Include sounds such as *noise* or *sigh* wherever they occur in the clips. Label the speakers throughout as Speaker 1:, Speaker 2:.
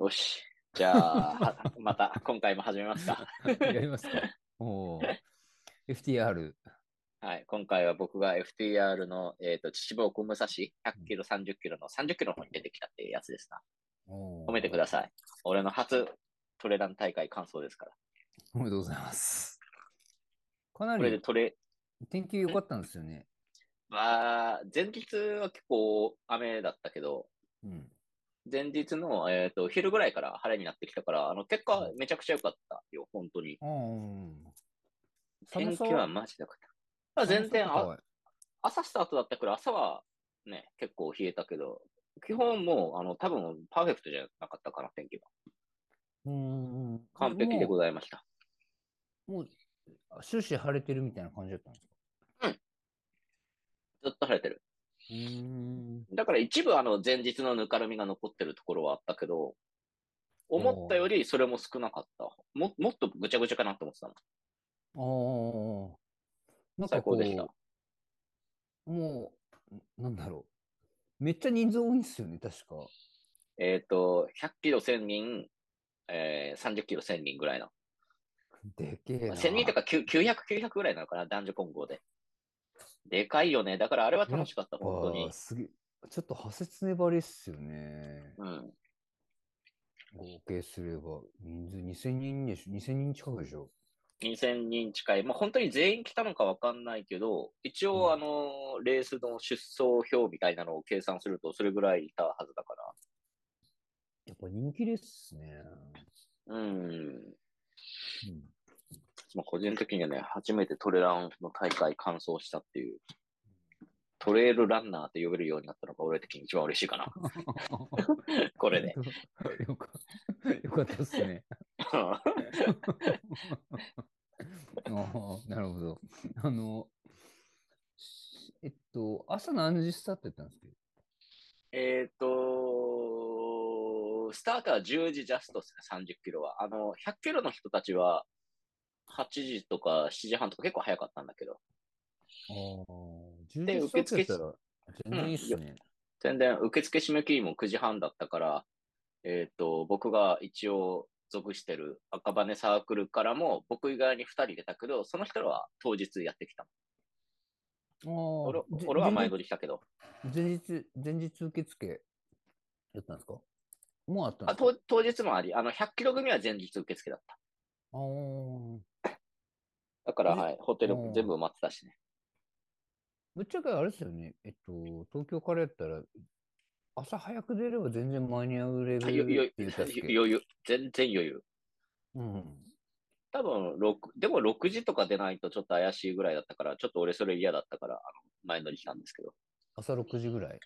Speaker 1: よし。じゃあ、は *laughs* また今回も始めますか。
Speaker 2: *laughs* やりますか。おー FTR。
Speaker 1: はい、今回は僕が FTR の、えー、と秩父奥武蔵100キロ、30キロの30キロの方に出てきたっていうやつですな。
Speaker 2: 褒
Speaker 1: 褒めてください。俺の初トレラン大会完走ですから。
Speaker 2: おめでとうございます。かな
Speaker 1: これで
Speaker 2: り
Speaker 1: トレ、
Speaker 2: 天気良かったんですよね。
Speaker 1: まあ、前日は結構雨だったけど、
Speaker 2: うん。
Speaker 1: 前日の、えー、と昼ぐらいから晴れになってきたから、あの結果めちゃくちゃ良かったよ、本当に。
Speaker 2: あー
Speaker 1: 天
Speaker 2: 寒
Speaker 1: 気
Speaker 2: さ
Speaker 1: はマジで良かった。あ全然あ、
Speaker 2: 寒さ
Speaker 1: 朝スタートだったから、朝はね、結構冷えたけど、基本もう、あの、多分パーフェクトじゃなかったかな、天気は。
Speaker 2: とかはうんうん。
Speaker 1: 完璧でご
Speaker 2: ざい
Speaker 1: ざいました。
Speaker 2: もう、あ終始晴れてるみたいな感じだったんですか
Speaker 1: ずっと晴れてる。
Speaker 2: うーん。
Speaker 1: だから一部、あの、前日のぬかるみが残ってるところはあったけど、思ったよりそれも少なかった。も、もっとぐちゃぐちゃかなと思ってたの。
Speaker 2: ああ。なん
Speaker 1: 最
Speaker 2: か
Speaker 1: 高
Speaker 2: こ
Speaker 1: で
Speaker 2: う、
Speaker 1: した。
Speaker 2: もう、なんだろう。めっちゃ人数多いんですよね、確か。
Speaker 1: えっ、と、100キロ1000人、えー、30キロ1000人ぐらいの。
Speaker 2: でけえな。
Speaker 1: 1000人とか900、900ぐらいなのかな、男女混合で。でかいよね。だからあれは楽しかった、本当
Speaker 2: あ
Speaker 1: に
Speaker 2: ー。すげえちょっと派切粘りっすよね。
Speaker 1: うん。
Speaker 2: 合計すれば、人数2000人でしょ ?2000 人近くでしょ
Speaker 1: 2000人近い、まあ、本当に全員来たのかわかんないけど、一
Speaker 2: うん
Speaker 1: 応、あの、レースの出走表みたいなのを計算すると、それぐらいいたはずだか
Speaker 2: やっぱ人気ですね。
Speaker 1: ら。うん。 *laughs*
Speaker 2: うん
Speaker 1: まあ、個人的にはね、初めてトレランの大会完走したっていう、トレイルランナーって呼べるようになったのが、俺的に一番嬉しいかな。こ
Speaker 2: *laughs*
Speaker 1: れで。
Speaker 2: よかよかったっすね。あーなるほど。あの、しえっと、朝何時スタートやったんですけど
Speaker 1: えっと、スタートは10時ジャストですね、30キロは。あの、100キロの人たちは、8時とか7時半とか結構早かったんだけど、
Speaker 2: 10
Speaker 1: で
Speaker 2: 時スタートやったら全然いいっすね。
Speaker 1: 全然受付締め切りも9時半だったから、えっ、と、僕が一応属してる赤羽サークルからも、僕以外に2人出たけど、その人らは当日やってきた。
Speaker 2: ああ
Speaker 1: 俺
Speaker 2: じ
Speaker 1: 俺は
Speaker 2: 全
Speaker 1: 前
Speaker 2: 然
Speaker 1: 撮りしたけど。
Speaker 2: 前日、前日受付やったんですかもうあったんで
Speaker 1: あ
Speaker 2: すか
Speaker 1: 当当日もあり、あの、100キロ組は前日受付だった。
Speaker 2: あー
Speaker 1: だから、
Speaker 2: え
Speaker 1: はい、ホテル
Speaker 2: うん
Speaker 1: 全部埋まってたしね。
Speaker 2: ぶっちゃけあれですよね。えっと、東京からやったら、朝早く出れば全然間に合うレ
Speaker 1: あ
Speaker 2: ベ
Speaker 1: よよ
Speaker 2: ルっていうか、
Speaker 1: 余裕、全然余裕。
Speaker 2: うん。
Speaker 1: 多分六でも6時とか出ないとちょっと怪しいぐらいだったから、ちょっと俺それ嫌だったから、あの前乗りしたんですけど、
Speaker 2: 朝6時ぐらい。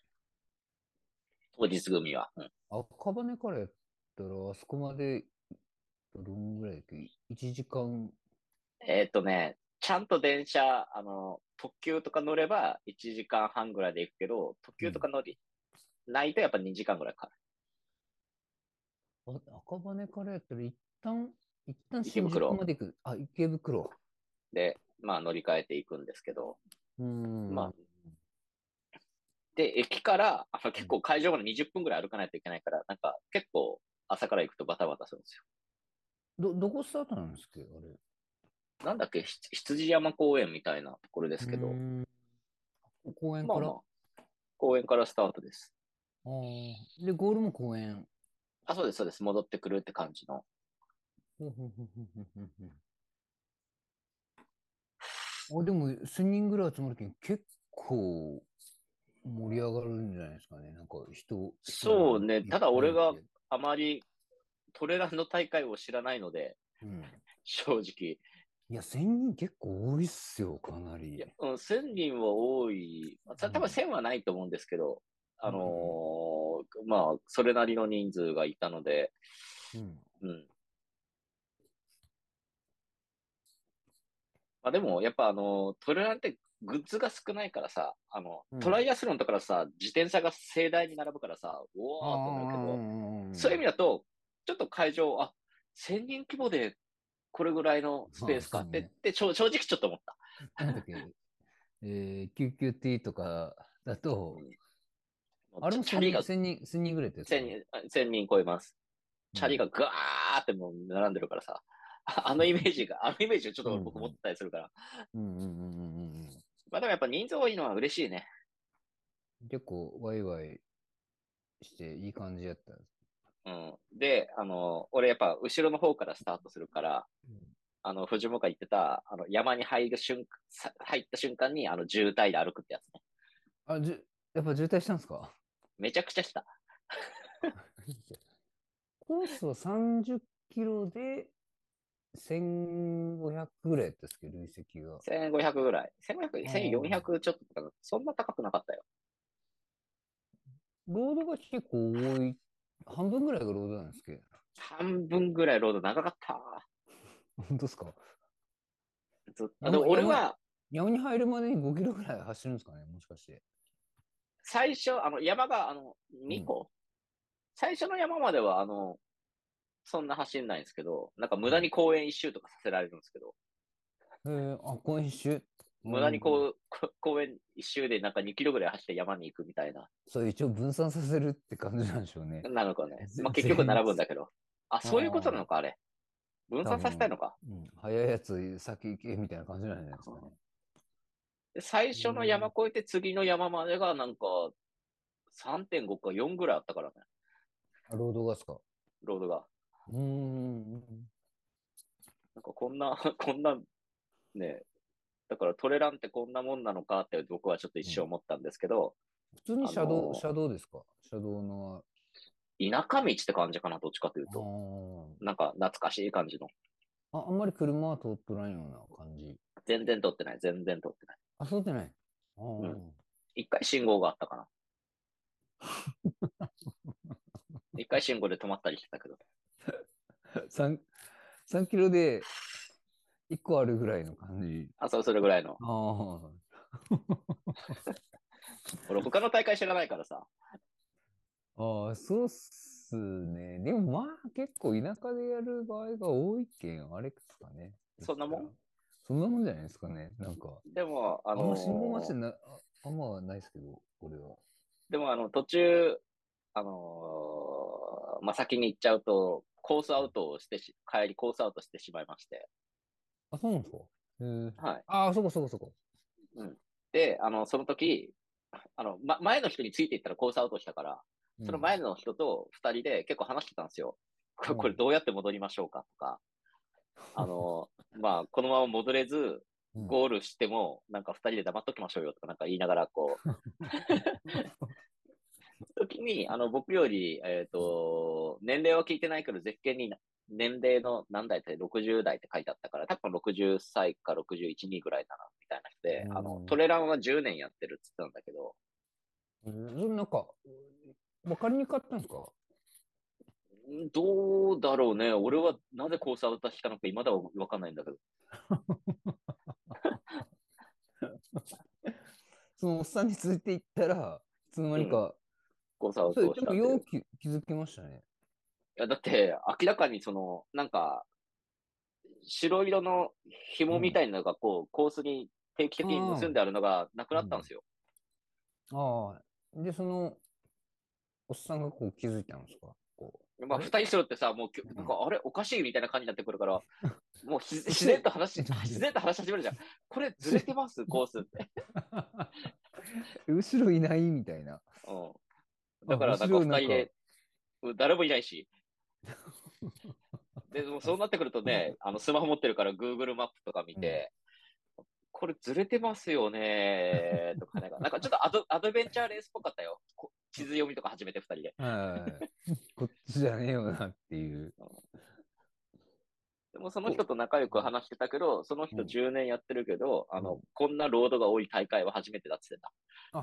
Speaker 1: 当日組は。うん
Speaker 2: 赤羽からやったら、あそこまで、どんぐらいだっけ ?1 時間。
Speaker 1: えーっとね、ちゃんと電車、あの、特急とか乗れば1時間半ぐらいで行くけど、特急とか乗り、ないとやっぱ2時間ぐらいかかる。
Speaker 2: あ赤羽からやったら、一旦、一旦
Speaker 1: 池
Speaker 2: 新宿
Speaker 1: 袋
Speaker 2: まで行く。あ、池袋。
Speaker 1: で、まあ乗り換えていくんですけど、
Speaker 2: うん。
Speaker 1: まあで、駅から、あの結構会場まで20分ぐらい歩かないといけないから、なんか結構朝から行くとバタバタするんです
Speaker 2: ど、どこスタートなんですっけあれ。
Speaker 1: よ。なんだっけ、ひ羊山公園みたいなところで
Speaker 2: です
Speaker 1: けど、
Speaker 2: 公園
Speaker 1: ま
Speaker 2: か
Speaker 1: あ
Speaker 2: ら、
Speaker 1: まあ、公園からスタートです。
Speaker 2: あーで、ゴールも公園。
Speaker 1: あ、そうです、そうです。戻ってくるって感じの。
Speaker 2: ほうほうほうほうほうほうほうあ、でも、1000人ぐらい集まるけん、結構盛り上がるんじゃないですかね。なんか人、
Speaker 1: そうね
Speaker 2: 人
Speaker 1: ただ俺が
Speaker 2: いっぱいいて
Speaker 1: あまりトレランの大会を知らないので、
Speaker 2: うん。
Speaker 1: 正直。
Speaker 2: いや、1000人結構多いっすよ、かなり。
Speaker 1: いや、うん、1000人は多い。まあた多分1000はないと思うんですけど、あのーまあ、それなりの人数がいたので、
Speaker 2: うん。
Speaker 1: うん。まあでも、やっぱあの、トレランってグッズが少ないからさ、あの
Speaker 2: うん、
Speaker 1: トライアスロンとかだとさ、自転車が盛大に並ぶからさ、うおーってなるけど、そういう意味
Speaker 2: だ
Speaker 1: だと、ちょっと会場、あ、1000人規模でこれぐらいのスペースか
Speaker 2: まあ
Speaker 1: っ
Speaker 2: そうね
Speaker 1: て、でちょ正直ちょっと思った。
Speaker 2: なんだっけ、えー、QQT とかだと、あれも
Speaker 1: チャリが
Speaker 2: 1000人、1000人、1000人ぐらいです
Speaker 1: 1000人、あ1000人超えます。チャリがガーってもう並んでるからさ、あ *laughs* あのイメージが、あのイメージをちょっと僕持ってたりするから。
Speaker 2: うんうんうんうんうんうん。
Speaker 1: まあでもやっぱ人数多いのは嬉しいね。
Speaker 2: 結構、ワイワイして、いい感じやった。
Speaker 1: うん。で、あの、俺やっぱ後ろの方からスタートするから、あの、藤本が言ってた、あの、山に入る瞬間、入った瞬間に、あの、渋滞で歩くってやつね。
Speaker 2: あ、じゅ、やっぱ渋滞したんですか
Speaker 1: めちゃくちゃした。
Speaker 2: *laughs* コースは30キロで1500ぐらいやったっすけど、累積が。
Speaker 1: 1500ぐらい。
Speaker 2: ん
Speaker 1: 1500、1400ちょっととかな。そんな高くなかったよ。
Speaker 2: ロードが結構多い。半分ぐらいがロードなんですけど。
Speaker 1: 半分ぐらいロード長かった。
Speaker 2: 本当ですか
Speaker 1: ずっと
Speaker 2: あ
Speaker 1: でも俺
Speaker 2: やば
Speaker 1: は、
Speaker 2: 山に入るまでに5キロぐらい走るんですかねもしかして。
Speaker 1: 最初、あの、山が、あの、2個、最初の山までは、あの、そんな走んないんですけど、なんか無駄に公園一周とかさせられるんですけど、
Speaker 2: えー、あ、今週。
Speaker 1: 無駄に
Speaker 2: うん。
Speaker 1: こう、こ公園一周でなんか2キロぐらい走って山に行くみたいな、
Speaker 2: そう、一応分散させるって感じなんでしょうね。
Speaker 1: なのかね。
Speaker 2: 全
Speaker 1: まあ、
Speaker 2: 然
Speaker 1: 結局並ぶんだけど。あ、そういうことなのか、あれ。分散させたいのか。
Speaker 2: うん、早いやつ先行けみたいな感じなんじゃないですかね。
Speaker 1: で最初の山越えて次の山までがなんか3.5か4ぐらいあったからね、
Speaker 2: あロードがですか
Speaker 1: ロードが。
Speaker 2: うーん。
Speaker 1: なんかこんな、 *laughs* こんな、ね、だからトレランってこんなもんなのかって僕はちょっと一生思ったんですけど、
Speaker 2: 普通に車道、
Speaker 1: あのー
Speaker 2: 車道ですか車道の。
Speaker 1: 田舎道って感じかな、どっちかという
Speaker 2: あ
Speaker 1: と。
Speaker 2: ー
Speaker 1: なんか懐かしい感じの。
Speaker 2: あ、あんまり車は通っとらんような感じ。
Speaker 1: 全然撮ってない、全然撮ってない。
Speaker 2: あ、そうでない。あー
Speaker 1: うん一回信号があった
Speaker 2: *laughs*
Speaker 1: かな。一回信号で止まったりしてたけど。
Speaker 2: 3, 3キロで1個あるぐらいの感じ。
Speaker 1: あ、そう、それぐらいの。
Speaker 2: ああ。
Speaker 1: 俺他の大会知らないからさ。
Speaker 2: ああ、そうっすね。でもまあ結構田舎でやる場合が多いけん、あれですかね。
Speaker 1: そんなもん
Speaker 2: そんなもんじゃないですかね。なんか、
Speaker 1: でも、あ
Speaker 2: あん
Speaker 1: の
Speaker 2: ま信号待ちでな、ああんまはないですけど、俺は。
Speaker 1: でも、あの、途中、あのーまあ、先に行っちゃうと、コースアウトをしてし、帰りコースアウトしてしまいまして、
Speaker 2: あ、そうなんですかへえ
Speaker 1: はい。
Speaker 2: ああ、そこそこそこ。
Speaker 1: で、あの、その時、あの、ま、前の人についていったらコースアウトしたから、
Speaker 2: うん
Speaker 1: その前の人と二人で結構話してたんですよ。これ
Speaker 2: うん
Speaker 1: これどうやって戻りましょうかと
Speaker 2: *laughs*
Speaker 1: か、あの、まあ、このまま戻れず、
Speaker 2: うん
Speaker 1: ゴールしても、なんか二人で黙っときましょうよとかなんか言いながら、こ
Speaker 2: *laughs*
Speaker 1: う、時に、あの、僕より、えっ、と、年齢は聞いてないけど、絶景に、年齢の何代って60代って書いてあったから、多分60歳か61、2ぐらいだな、みたいな人で、あ
Speaker 2: う
Speaker 1: の
Speaker 2: ん、
Speaker 1: トレランは10年やってるって言ってたんだけど、
Speaker 2: うんそれなんか、わかりにくかったんですか
Speaker 1: んどうだろうね。俺はなぜコースアウトしたのか、未だわかんないんだけど。
Speaker 2: *laughs* そのおっさんに続いていったら、いつの間にか、
Speaker 1: コースアウ
Speaker 2: それ
Speaker 1: トをし
Speaker 2: で
Speaker 1: たっ
Speaker 2: も
Speaker 1: ていう
Speaker 2: よう
Speaker 1: い
Speaker 2: き気づきましたね。
Speaker 1: や、だって、明らかにその、なんか、白色の紐みたいなのが、こう、コースに定期的に結んであるのがなくなったんですよ。
Speaker 2: ああ、で、その、おっさんがこう気づいたんですかこ
Speaker 1: まあ、
Speaker 2: あれ
Speaker 1: 二人揃ってさ、もうきょ、
Speaker 2: うん
Speaker 1: なんか、あれおかしいみたいな感じになってくるから、もう
Speaker 2: *laughs*
Speaker 1: ひ自然と話し、自然と話し始めるじゃん。これずれて
Speaker 2: *laughs*
Speaker 1: ますコースって。
Speaker 2: う。 *laughs* 後ろいないみたいな。
Speaker 1: うん。だから、なんか
Speaker 2: 面白い
Speaker 1: 二人で、うん誰もいない
Speaker 2: *laughs*
Speaker 1: し。で、もうそうなってくるとね、あの、スマホ持ってるから Google マップとか見て、これずれてますよねーとかね、なんかちょっとア
Speaker 2: *laughs*
Speaker 1: ドアドベンチャーレースっぽかったよ。こ地図読みとか始めて二人で。
Speaker 2: はい。 *laughs* こっちじゃねえよなっていう。
Speaker 1: でもその人と仲良く話してたけど、その
Speaker 2: う
Speaker 1: 人
Speaker 2: ん
Speaker 1: 10年やってるけど、あ
Speaker 2: う
Speaker 1: の
Speaker 2: ん、
Speaker 1: こんなロードが多い大会は初めてだって言っ
Speaker 2: あ、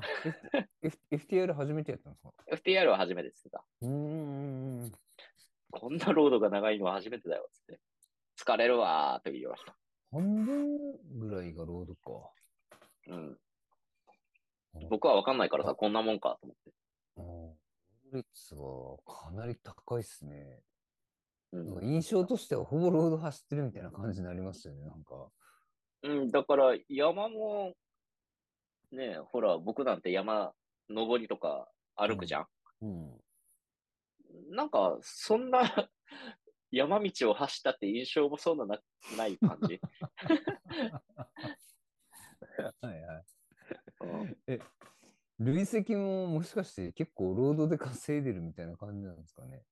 Speaker 2: F F FTR 初めてやったんですか
Speaker 1: てた。FTR は初めてって言ってた。
Speaker 2: うーん。
Speaker 1: こんなロードが長いのは初めてだよってって。疲れるわーと言いました。
Speaker 2: 半分ぐらいがロードか。
Speaker 1: うん
Speaker 2: うん。
Speaker 1: 僕は分かんないからさ、こんなもんかと思って。
Speaker 2: うん。ロード率はかなり高いっすね。なん
Speaker 1: う
Speaker 2: か印象としてはほぼロード走ってるみたいな感じになりますよね、なんか。
Speaker 1: ん、うん、だから山も、ねえ、ほら、僕なんて山登りとか歩くじゃん。
Speaker 2: うん。
Speaker 1: なんか、そんな *laughs* 山道を走ったって印象もそうななない感
Speaker 2: *laughs*
Speaker 1: じ。
Speaker 2: はいはい。
Speaker 1: うん
Speaker 2: 累積ももしかして結構ロードで稼いでるみたいな感じなんですかね。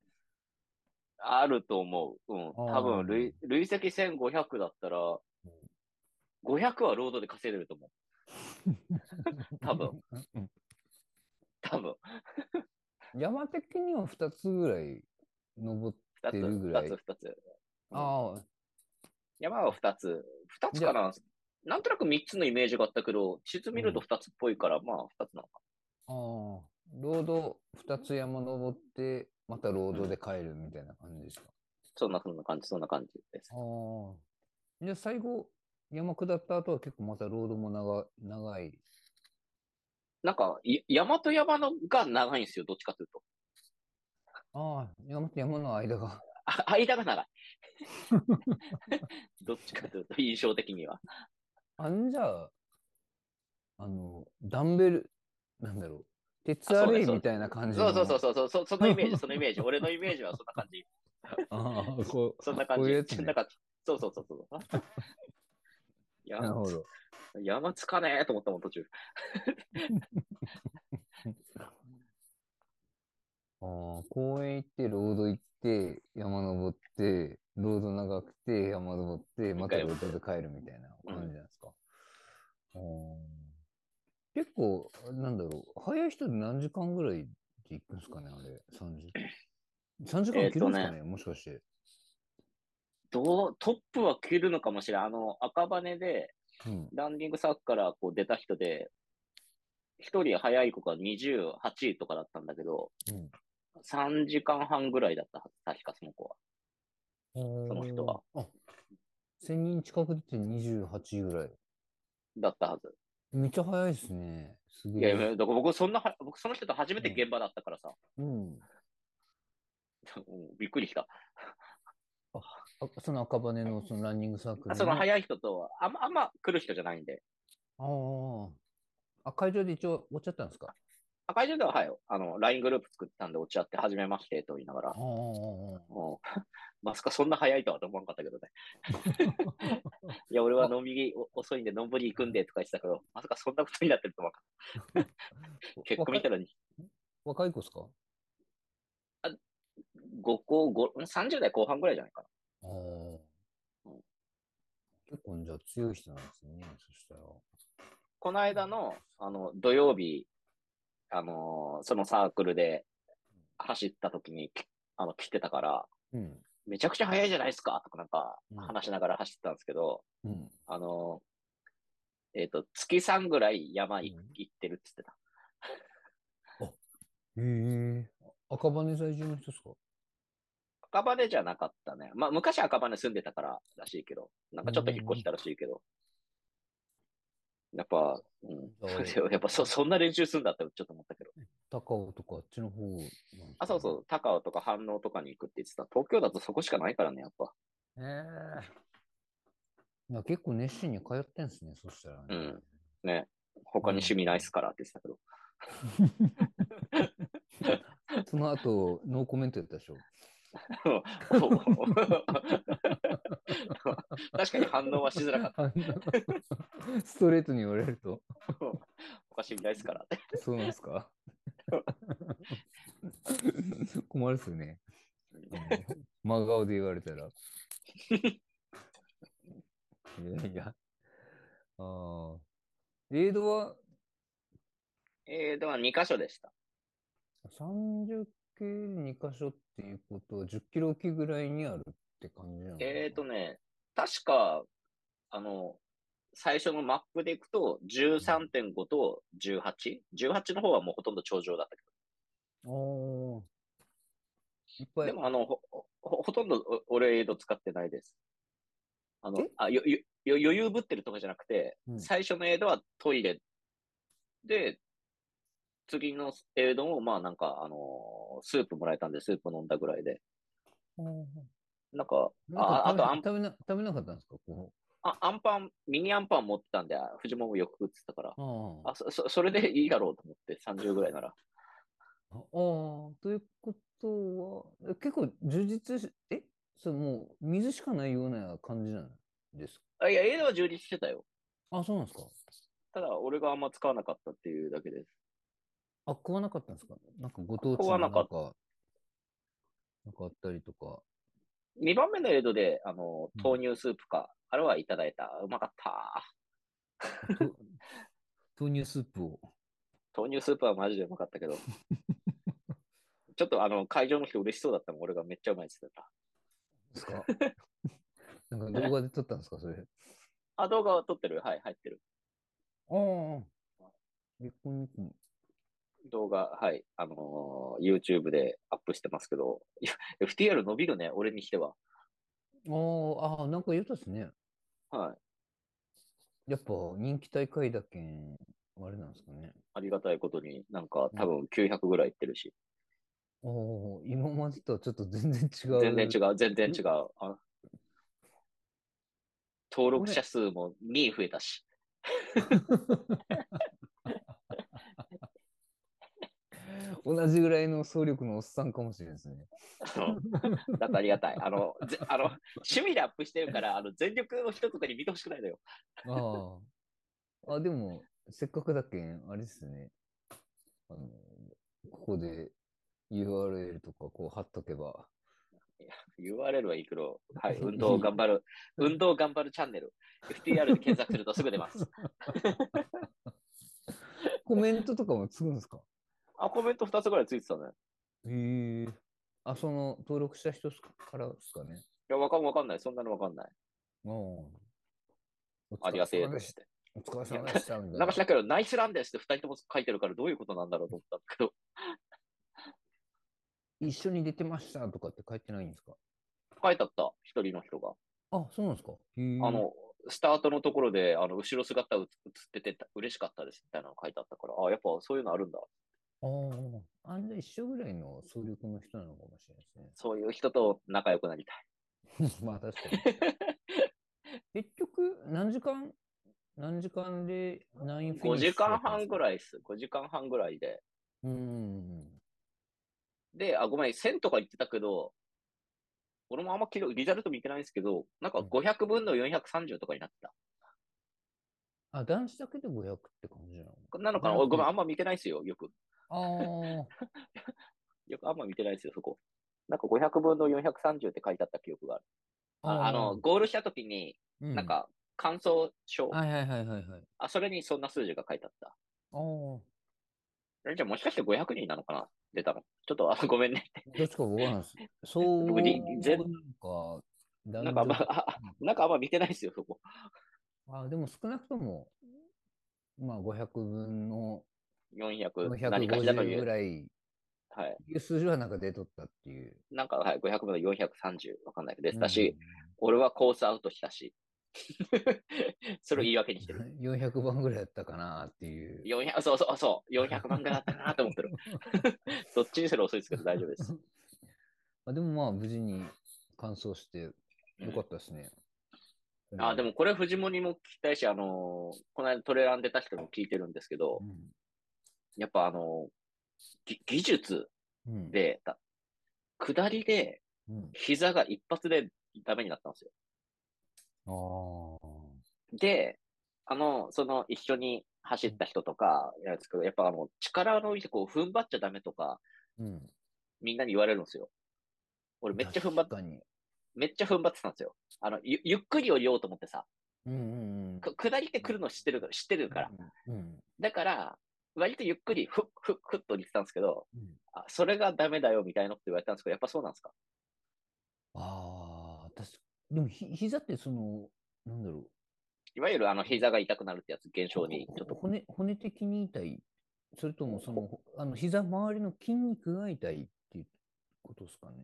Speaker 1: あると思う。うん。多
Speaker 2: あー
Speaker 1: 分累、累積1500だったら、500はロードで稼いでると
Speaker 2: *laughs*
Speaker 1: 思う。多分。
Speaker 2: うん
Speaker 1: 多分。
Speaker 2: 山的には2つぐらい登っ
Speaker 1: 2つ、
Speaker 2: 出るぐらい
Speaker 1: 2つ、2つ。
Speaker 2: ああ、
Speaker 1: 山は2つ。2つかななんとなく3つのイメージがあったけど、地図見ると2つっぽいから、まあ2つなのか。
Speaker 2: ああ、ロード2つ山登って、またロードで帰るみたいな感じですか。
Speaker 1: そんな、そんな感じ、そんな感じです。
Speaker 2: ああ。じゃあ最後、山下った後は結構またロードも長長い。
Speaker 1: なんか、い山と山のが長いんですよ、どっちかというと。
Speaker 2: ああ、山と山の間が。
Speaker 1: あ間が
Speaker 2: *laughs*
Speaker 1: 長い。どっちかというと、印象的には。
Speaker 2: あんじゃあ、あの、ダンベル、なんだろう、鉄
Speaker 1: あ
Speaker 2: ア
Speaker 1: そうね
Speaker 2: レイ
Speaker 1: そう
Speaker 2: みたいな感じ
Speaker 1: そうそうそう
Speaker 2: う。
Speaker 1: そうそう、そそのイメージ、そのイメージ。俺のイメージはそんな感じ。
Speaker 2: ああ、こう、
Speaker 1: そんな感
Speaker 2: こう
Speaker 1: じ。
Speaker 2: いうやつね
Speaker 1: なんかそうそうそう
Speaker 2: *laughs*
Speaker 1: そう。いや
Speaker 2: なるほど。
Speaker 1: 山つかねえと思ったもん、途中。
Speaker 2: ああ、公園行って、ロード行って、山登って、ロード長くて、山登って、またロードで帰るみたいな感じなんですか。あー結構、なんだろう、早い人で何時間ぐらいで行くんですかね、あれ、3時間。3時間切るんですか
Speaker 1: えー
Speaker 2: ね、もしかして。
Speaker 1: どう、トップは切るのかもしれん。あの、赤羽で、
Speaker 2: うん。
Speaker 1: ランディングサークからこう出た人で、一人早い子が28位とかだったんだけど、
Speaker 2: うん
Speaker 1: 3時間半ぐらいだったはず、確かその子は。
Speaker 2: そ
Speaker 1: の人は。
Speaker 2: あ、1000人近く出て28ぐらい。
Speaker 1: だったはず。
Speaker 2: めっちゃ早いですね。す
Speaker 1: い
Speaker 2: げ
Speaker 1: や、
Speaker 2: え。
Speaker 1: だから僕、そんなは、僕、その人と初めて現場だったからさ、 *laughs*
Speaker 2: うん。
Speaker 1: うんびっくりした。
Speaker 2: あその赤羽のそのランニングサークル
Speaker 1: その
Speaker 2: の
Speaker 1: 早い人とは、あんま、あんま来る人じゃないんで。
Speaker 2: ああ。あ、会場で一応おっちゃったんですか
Speaker 1: 赤い順では、はい、あの、LINE グループ作ってたんで、落ち合って、初めまして、と言いながら
Speaker 2: あ。あ。
Speaker 1: もう *laughs* まさかそんな早いとは思わなかったけどね。いや、俺は飲みお遅いんで、のんぶり行くんでとか言ってたけど、まさかそんなことになってると思わなかった。結婚見た
Speaker 2: ら。
Speaker 1: のに、
Speaker 2: 若い子ですか
Speaker 1: 5個、5、30代後半ぐらいじゃないか
Speaker 2: ああ。結構じゃあ強い人なんですね、そしたら。
Speaker 1: な。この間の、あの、土曜日、あのーそのサークルで走った時に、きあの、来てたから、
Speaker 2: うん。
Speaker 1: めちゃくちゃ早いじゃないですかとかなんか
Speaker 2: うん
Speaker 1: 話しながら走ってたんですけど、
Speaker 2: うん。
Speaker 1: あのーえっ、と、月3ぐらい山行
Speaker 2: うん
Speaker 1: 行ってるって言ってた。
Speaker 2: へえ。赤羽在住の人ですか
Speaker 1: 赤羽じゃなかったね。まあ、昔赤羽住んでたかららしいけど、なんかちょっと引っ越したらしいけど。やっぱ、うん。 *laughs*
Speaker 2: じゃ
Speaker 1: やっぱそ、そんな練習するんだってちょっと思ったけど。
Speaker 2: 高尾とかあっちの方なんですかね
Speaker 1: あ、そうそう。高尾とか反応とかに行くって言ってた。東京だとそこしかないからね、やっぱ。
Speaker 2: ええいや結構熱心に通ってんすね、そしたらね。
Speaker 1: うんね。他に趣味ないっすからって言ってたけど。
Speaker 2: その後、ノーコメントやった
Speaker 1: *laughs*
Speaker 2: でしょ。
Speaker 1: 確かに反応はしづらかっ
Speaker 2: あんなストレートに言われると、
Speaker 1: た。他趣味ないっすからって。
Speaker 2: そうなんですか *laughs* 困るっすよね。うん真顔で言われた
Speaker 1: *laughs*
Speaker 2: ら。いやいや。ああ。エイドは
Speaker 1: えー、では2箇所でした。
Speaker 2: 30系2箇所っていうことは10キロ置きぐらいにあるって感じなのかな
Speaker 1: えーとね、確か、あの、最初のマップでいくと、13.5と18。18の方はもうほとんど頂上だったけ
Speaker 2: おーいっ
Speaker 1: ど。
Speaker 2: ぱい
Speaker 1: で。も、あの、ほ、ほほとんどお俺、エイド使ってないです。あの
Speaker 2: え、
Speaker 1: あよよよ余裕ぶってるとかじゃなくて、
Speaker 2: うん
Speaker 1: 最初のエイドはトイレで、次のエイドも、まあなんか、あのースープもらえたんで、スープ飲んだぐらいで。なんか、あ
Speaker 2: あ
Speaker 1: あとあん
Speaker 2: 食べな食べなかったんですかこ
Speaker 1: あ、アンパン、ミニアンパン持ってたんで、フジモンもよく食ってたから。
Speaker 2: うあ
Speaker 1: *laughs* あそそそれでいいだろうと思って、30ぐらいなら。
Speaker 2: ああーということは、え結構充実し、えそれもう水しかないような感じなんです
Speaker 1: あいや、映画は充実してたよ。
Speaker 2: かあ、そうなんですか
Speaker 1: ただ、俺があんま使わなかったっていうだけです。
Speaker 2: あ、食わなかったんですかなんかご当地
Speaker 1: 食わ
Speaker 2: の
Speaker 1: なかっ
Speaker 2: なんか、なんかあったりとか。
Speaker 1: 2番目のエイドで、あの
Speaker 2: う、ん
Speaker 1: 豆乳スープか、あれはいただいた。うまかった。
Speaker 2: と *laughs* 豆乳スープを。
Speaker 1: 豆乳スープはマジでうまか
Speaker 2: *laughs*
Speaker 1: ったけど。ちょっとあの、会場の人嬉しそうだったもん。俺がめっちゃうまいって言ってた。
Speaker 2: です *laughs* かなんか動画で撮ったんですかそれ。あ
Speaker 1: あ、動画は撮ってるはい、入ってる。
Speaker 2: あ。結婚にも。
Speaker 1: 動画、はい。あのー YouTube でアップしてますけど。いや FTR 伸びるね、俺にしては。
Speaker 2: ああ、ああ、なんか言ったっすね。
Speaker 1: はい。
Speaker 2: やっぱ人気大会だけん、あれなんですかね。
Speaker 1: ありがたいことに、なんか多分900ぐらいいってるし。
Speaker 2: おお、今までとはちょっと全然違う。
Speaker 1: 全然違
Speaker 2: う。
Speaker 1: う、全然違う。あ登録者数も2増えたし。
Speaker 2: 同じぐらいの総力のおっさんかもしれないですね。
Speaker 1: だってありがたい。あの、ぜあの趣味でアップしてるから、あの全力の人とかに見てほしくないのよ。
Speaker 2: ああ。あ、でも、せっかくだけん、あれですね。あの、ここで URL とかこう貼っとけば。
Speaker 1: URL はいくら、はい、運動頑張る、運動頑張るチャンネル、FTR で検索するとすぐ出ます。
Speaker 2: コメントとかもつくんですか
Speaker 1: あ、コメント2つぐらいついてたね。
Speaker 2: へえあ、その、登録した人からですかね。
Speaker 1: いや、わかんわかんない。そんなのわかんない。
Speaker 2: ああ。お疲
Speaker 1: ありがてえ
Speaker 2: れ様
Speaker 1: と
Speaker 2: で
Speaker 1: し。
Speaker 2: してた。お疲れ様でした。みたい
Speaker 1: なんか知らんけど、ナイスランですって2人とも書いてるから、どういうことなんだろうと思ったんだけど、
Speaker 2: 一緒に出てましたとかって書いてないんですか
Speaker 1: 書いてあった、1人の人が。
Speaker 2: あ、そうなんですかへえ
Speaker 1: あの、スタートのところで、あの、後ろ姿映ってて、嬉しかったですみたいなの書いてあったから、あ、やっぱそういうのあるんだ。
Speaker 2: ああ。あんな一緒ぐらいの総力の人なのかもしれないですね。
Speaker 1: そういう人と仲良くなりたい。
Speaker 2: *laughs* まあ確かに。
Speaker 1: *laughs*
Speaker 2: 結局、何時間、何時間で何フィ
Speaker 1: 5
Speaker 2: ニッシュ
Speaker 1: 時間半ぐ
Speaker 2: ら
Speaker 1: ら
Speaker 2: い。
Speaker 1: いです。5時間半ぐらいで。
Speaker 2: うんうんうん。
Speaker 1: で、あ、ごめん、1000とか言ってたけど、俺もあんま記録リザルト見てないんですけど、なんか
Speaker 2: うん
Speaker 1: 500分の430とかになってた。
Speaker 2: あ、男子だけで500って感
Speaker 1: *laughs*
Speaker 2: じなの
Speaker 1: なのかな
Speaker 2: なるほど
Speaker 1: 俺ごめん、あんま見てないですよ、よく。
Speaker 2: ああ。
Speaker 1: よくあんま見てないですよ、そこ。なんか500分の430って書いてあった記憶がある。ああの、、ゴールした時に、
Speaker 2: う
Speaker 1: なん、か、感想書、
Speaker 2: はいはいはいはいはい。
Speaker 1: あ、それにそんな数字が書いてあった。
Speaker 2: ああ。
Speaker 1: *laughs*
Speaker 2: ど
Speaker 1: えじゃあもしかして500人なのかな出たの。ちょっとあごめんね。
Speaker 2: っちか僕
Speaker 1: *laughs*
Speaker 2: はなんです。そう、
Speaker 1: 僕に全
Speaker 2: か、男
Speaker 1: なんかあんま、
Speaker 2: 女
Speaker 1: ああなんかあんま見てないですよ、そこ。
Speaker 2: あ、でも少なくとも、まあ500分の
Speaker 1: 400、何かしらの
Speaker 2: 450
Speaker 1: 言
Speaker 2: ぐ
Speaker 1: う。
Speaker 2: らい、
Speaker 1: はい。
Speaker 2: いう数字はなんか出とったっていう。
Speaker 1: なんか、はい、500分の430、わかんないけど、出てたし、俺はコースアウトした *laughs* し。それを言い訳にしてる。
Speaker 2: うん、400番ぐらいだったかなっていう。
Speaker 1: 400、そうそうそう、400万ぐらいだったなと思
Speaker 2: *laughs*
Speaker 1: ってる。どっちにせろ遅いですけど大丈夫です。
Speaker 2: あでもまあ無事に完走してよかったですね。
Speaker 1: あ、でもこれ藤森にも聞きたいし、あのーこの間トレラン出た人も聞いてるんですけど
Speaker 2: う、ん、
Speaker 1: やっぱあのーぎ技術
Speaker 2: うん、
Speaker 1: で、だ下りで
Speaker 2: うん、
Speaker 1: 膝が一発でダメになったんですよ。
Speaker 2: あー
Speaker 1: で、あの、その一緒に走った人とか、やつやっぱあの、力のいいこう踏ん張っちゃダメとか、
Speaker 2: うん。
Speaker 1: みんなに言われるんですよ。俺めっちゃ踏ん張っ
Speaker 2: 確、かに。
Speaker 1: めっちゃ踏ん張ってたんですよ。あの、ゆゆっくり降りようと思ってさ、
Speaker 2: うんうんうん。
Speaker 1: く下りって来るの知ってるから、知ってるから。
Speaker 2: うん。うん
Speaker 1: だから、割とゆっくり、ふっ、ふっ、ふっと降りてたんですけど、
Speaker 2: うん、
Speaker 1: あ、それがダメだよみたいなこと言われたんですけど、やっぱそうなんですか
Speaker 2: ああ、確かでもひ膝ってその、なんだろ
Speaker 1: いわゆるあの、膝が痛くなるってやつ、現
Speaker 2: う。
Speaker 1: 象に、ちょっと
Speaker 2: ほ骨骨的に痛い。それともその、ほあの膝周りの筋肉が痛いっていうことですかね。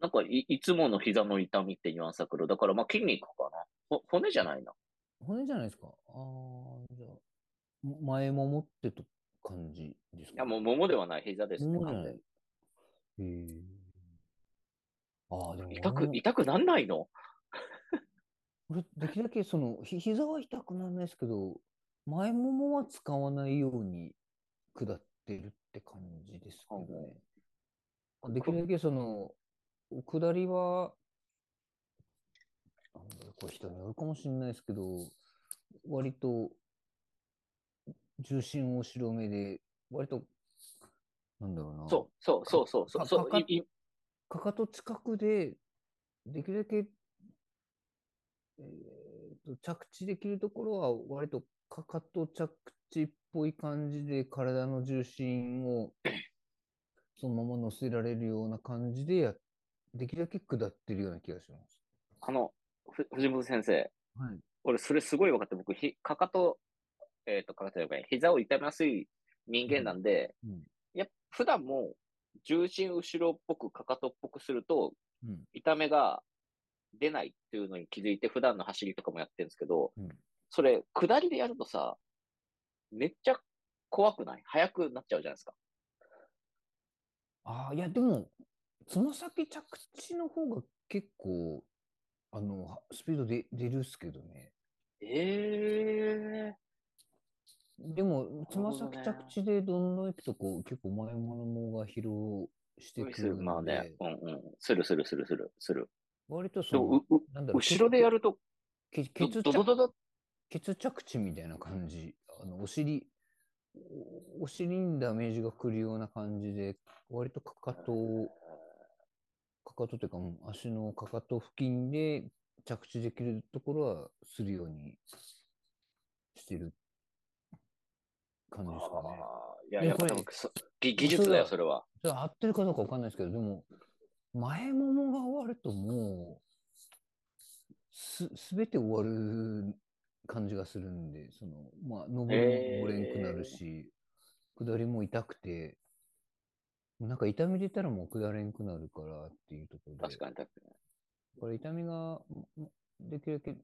Speaker 1: なんかい、いつもの膝の痛みってニュアンスだけど、だからまあ筋肉かな。ほ骨じゃないな。
Speaker 2: 骨じゃないですか。ああ、じゃあ、前も持ってと感じです
Speaker 1: い
Speaker 2: か
Speaker 1: や、もう桃ではない、膝ですね。
Speaker 2: ももじゃ
Speaker 1: 完
Speaker 2: な
Speaker 1: 全
Speaker 2: い
Speaker 1: に。
Speaker 2: へえ。ああ、でも
Speaker 1: 痛
Speaker 2: 俺
Speaker 1: く、
Speaker 2: も
Speaker 1: 痛くなんないの
Speaker 2: 俺、できるだけその、ひ膝は痛くならないですけど、前ももは使わないように下ってるって感じですけどね。できるだけその、下りは、なんだろうこれ人によるかもしれないですけど、割と、重心を後ろめで、割と、なんだろうな。
Speaker 1: そうそうそうそうそう
Speaker 2: か
Speaker 1: そう
Speaker 2: かか
Speaker 1: いい
Speaker 2: かかと近くで、できるだけ、えーと、着地できるところは、割とかかと着地っぽい感じで、体の重心
Speaker 1: *coughs*
Speaker 2: をそのまま乗せられるような感じでや、できるだけ下ってるような気がします。
Speaker 1: あの、ふ藤本先生、
Speaker 2: はい。
Speaker 1: 俺それすごい分かって、僕、ひかかと、えっ、と、かかとじゃない膝を痛めやすい人間なんで、
Speaker 2: うんうん
Speaker 1: やっぱ普段も重心後ろっぽくかかとっぽくすると、
Speaker 2: うん。
Speaker 1: 痛めが出ないっていうのに気づいて、普段の走りとかもやってるんですけど、
Speaker 2: うん
Speaker 1: それ、下りでやるとさ、めっちゃ怖くない速くなっちゃうじゃないですか。
Speaker 2: ああ、いや、でも、つま先着地の方が結構、あの、はスピードで出るっすけどね。
Speaker 1: ええ
Speaker 2: でも、つま先
Speaker 1: なるほどね
Speaker 2: 着地でどんどん行くと、こう、結構前ものが疲労してくる
Speaker 1: まあ
Speaker 2: の
Speaker 1: ね
Speaker 2: で、、
Speaker 1: うんうん。するするするするする。
Speaker 2: 割と
Speaker 1: で
Speaker 2: その
Speaker 1: も、、うう
Speaker 2: なんだろう、
Speaker 1: 後ろでやると、
Speaker 2: ケツ、
Speaker 1: ド
Speaker 2: ケツ
Speaker 1: ドドド
Speaker 2: 着、
Speaker 1: ド
Speaker 2: ケツ着地みたいな感じ、あの、お尻、おお尻にダメージがくるような感じで、割とかかとを、かかとというか、もう足のかかと付近で着地できるところはするようにしてる感じですかね。
Speaker 1: あーいや、
Speaker 2: いや
Speaker 1: やっぱ
Speaker 2: これ
Speaker 1: でもそ技技術だよ、
Speaker 2: そ
Speaker 1: それは。
Speaker 2: それ合ってるかどうかわかんないですけど、でも、前ももが終わるともう、す、すべて終わる感じがするんで、その、まあ、上りも登れんくなるし、下りも痛くて、なんか痛み出たらもう下れんくなるからっていうところで。
Speaker 1: 確かに、確かに。
Speaker 2: これ痛みが、んできるだけ、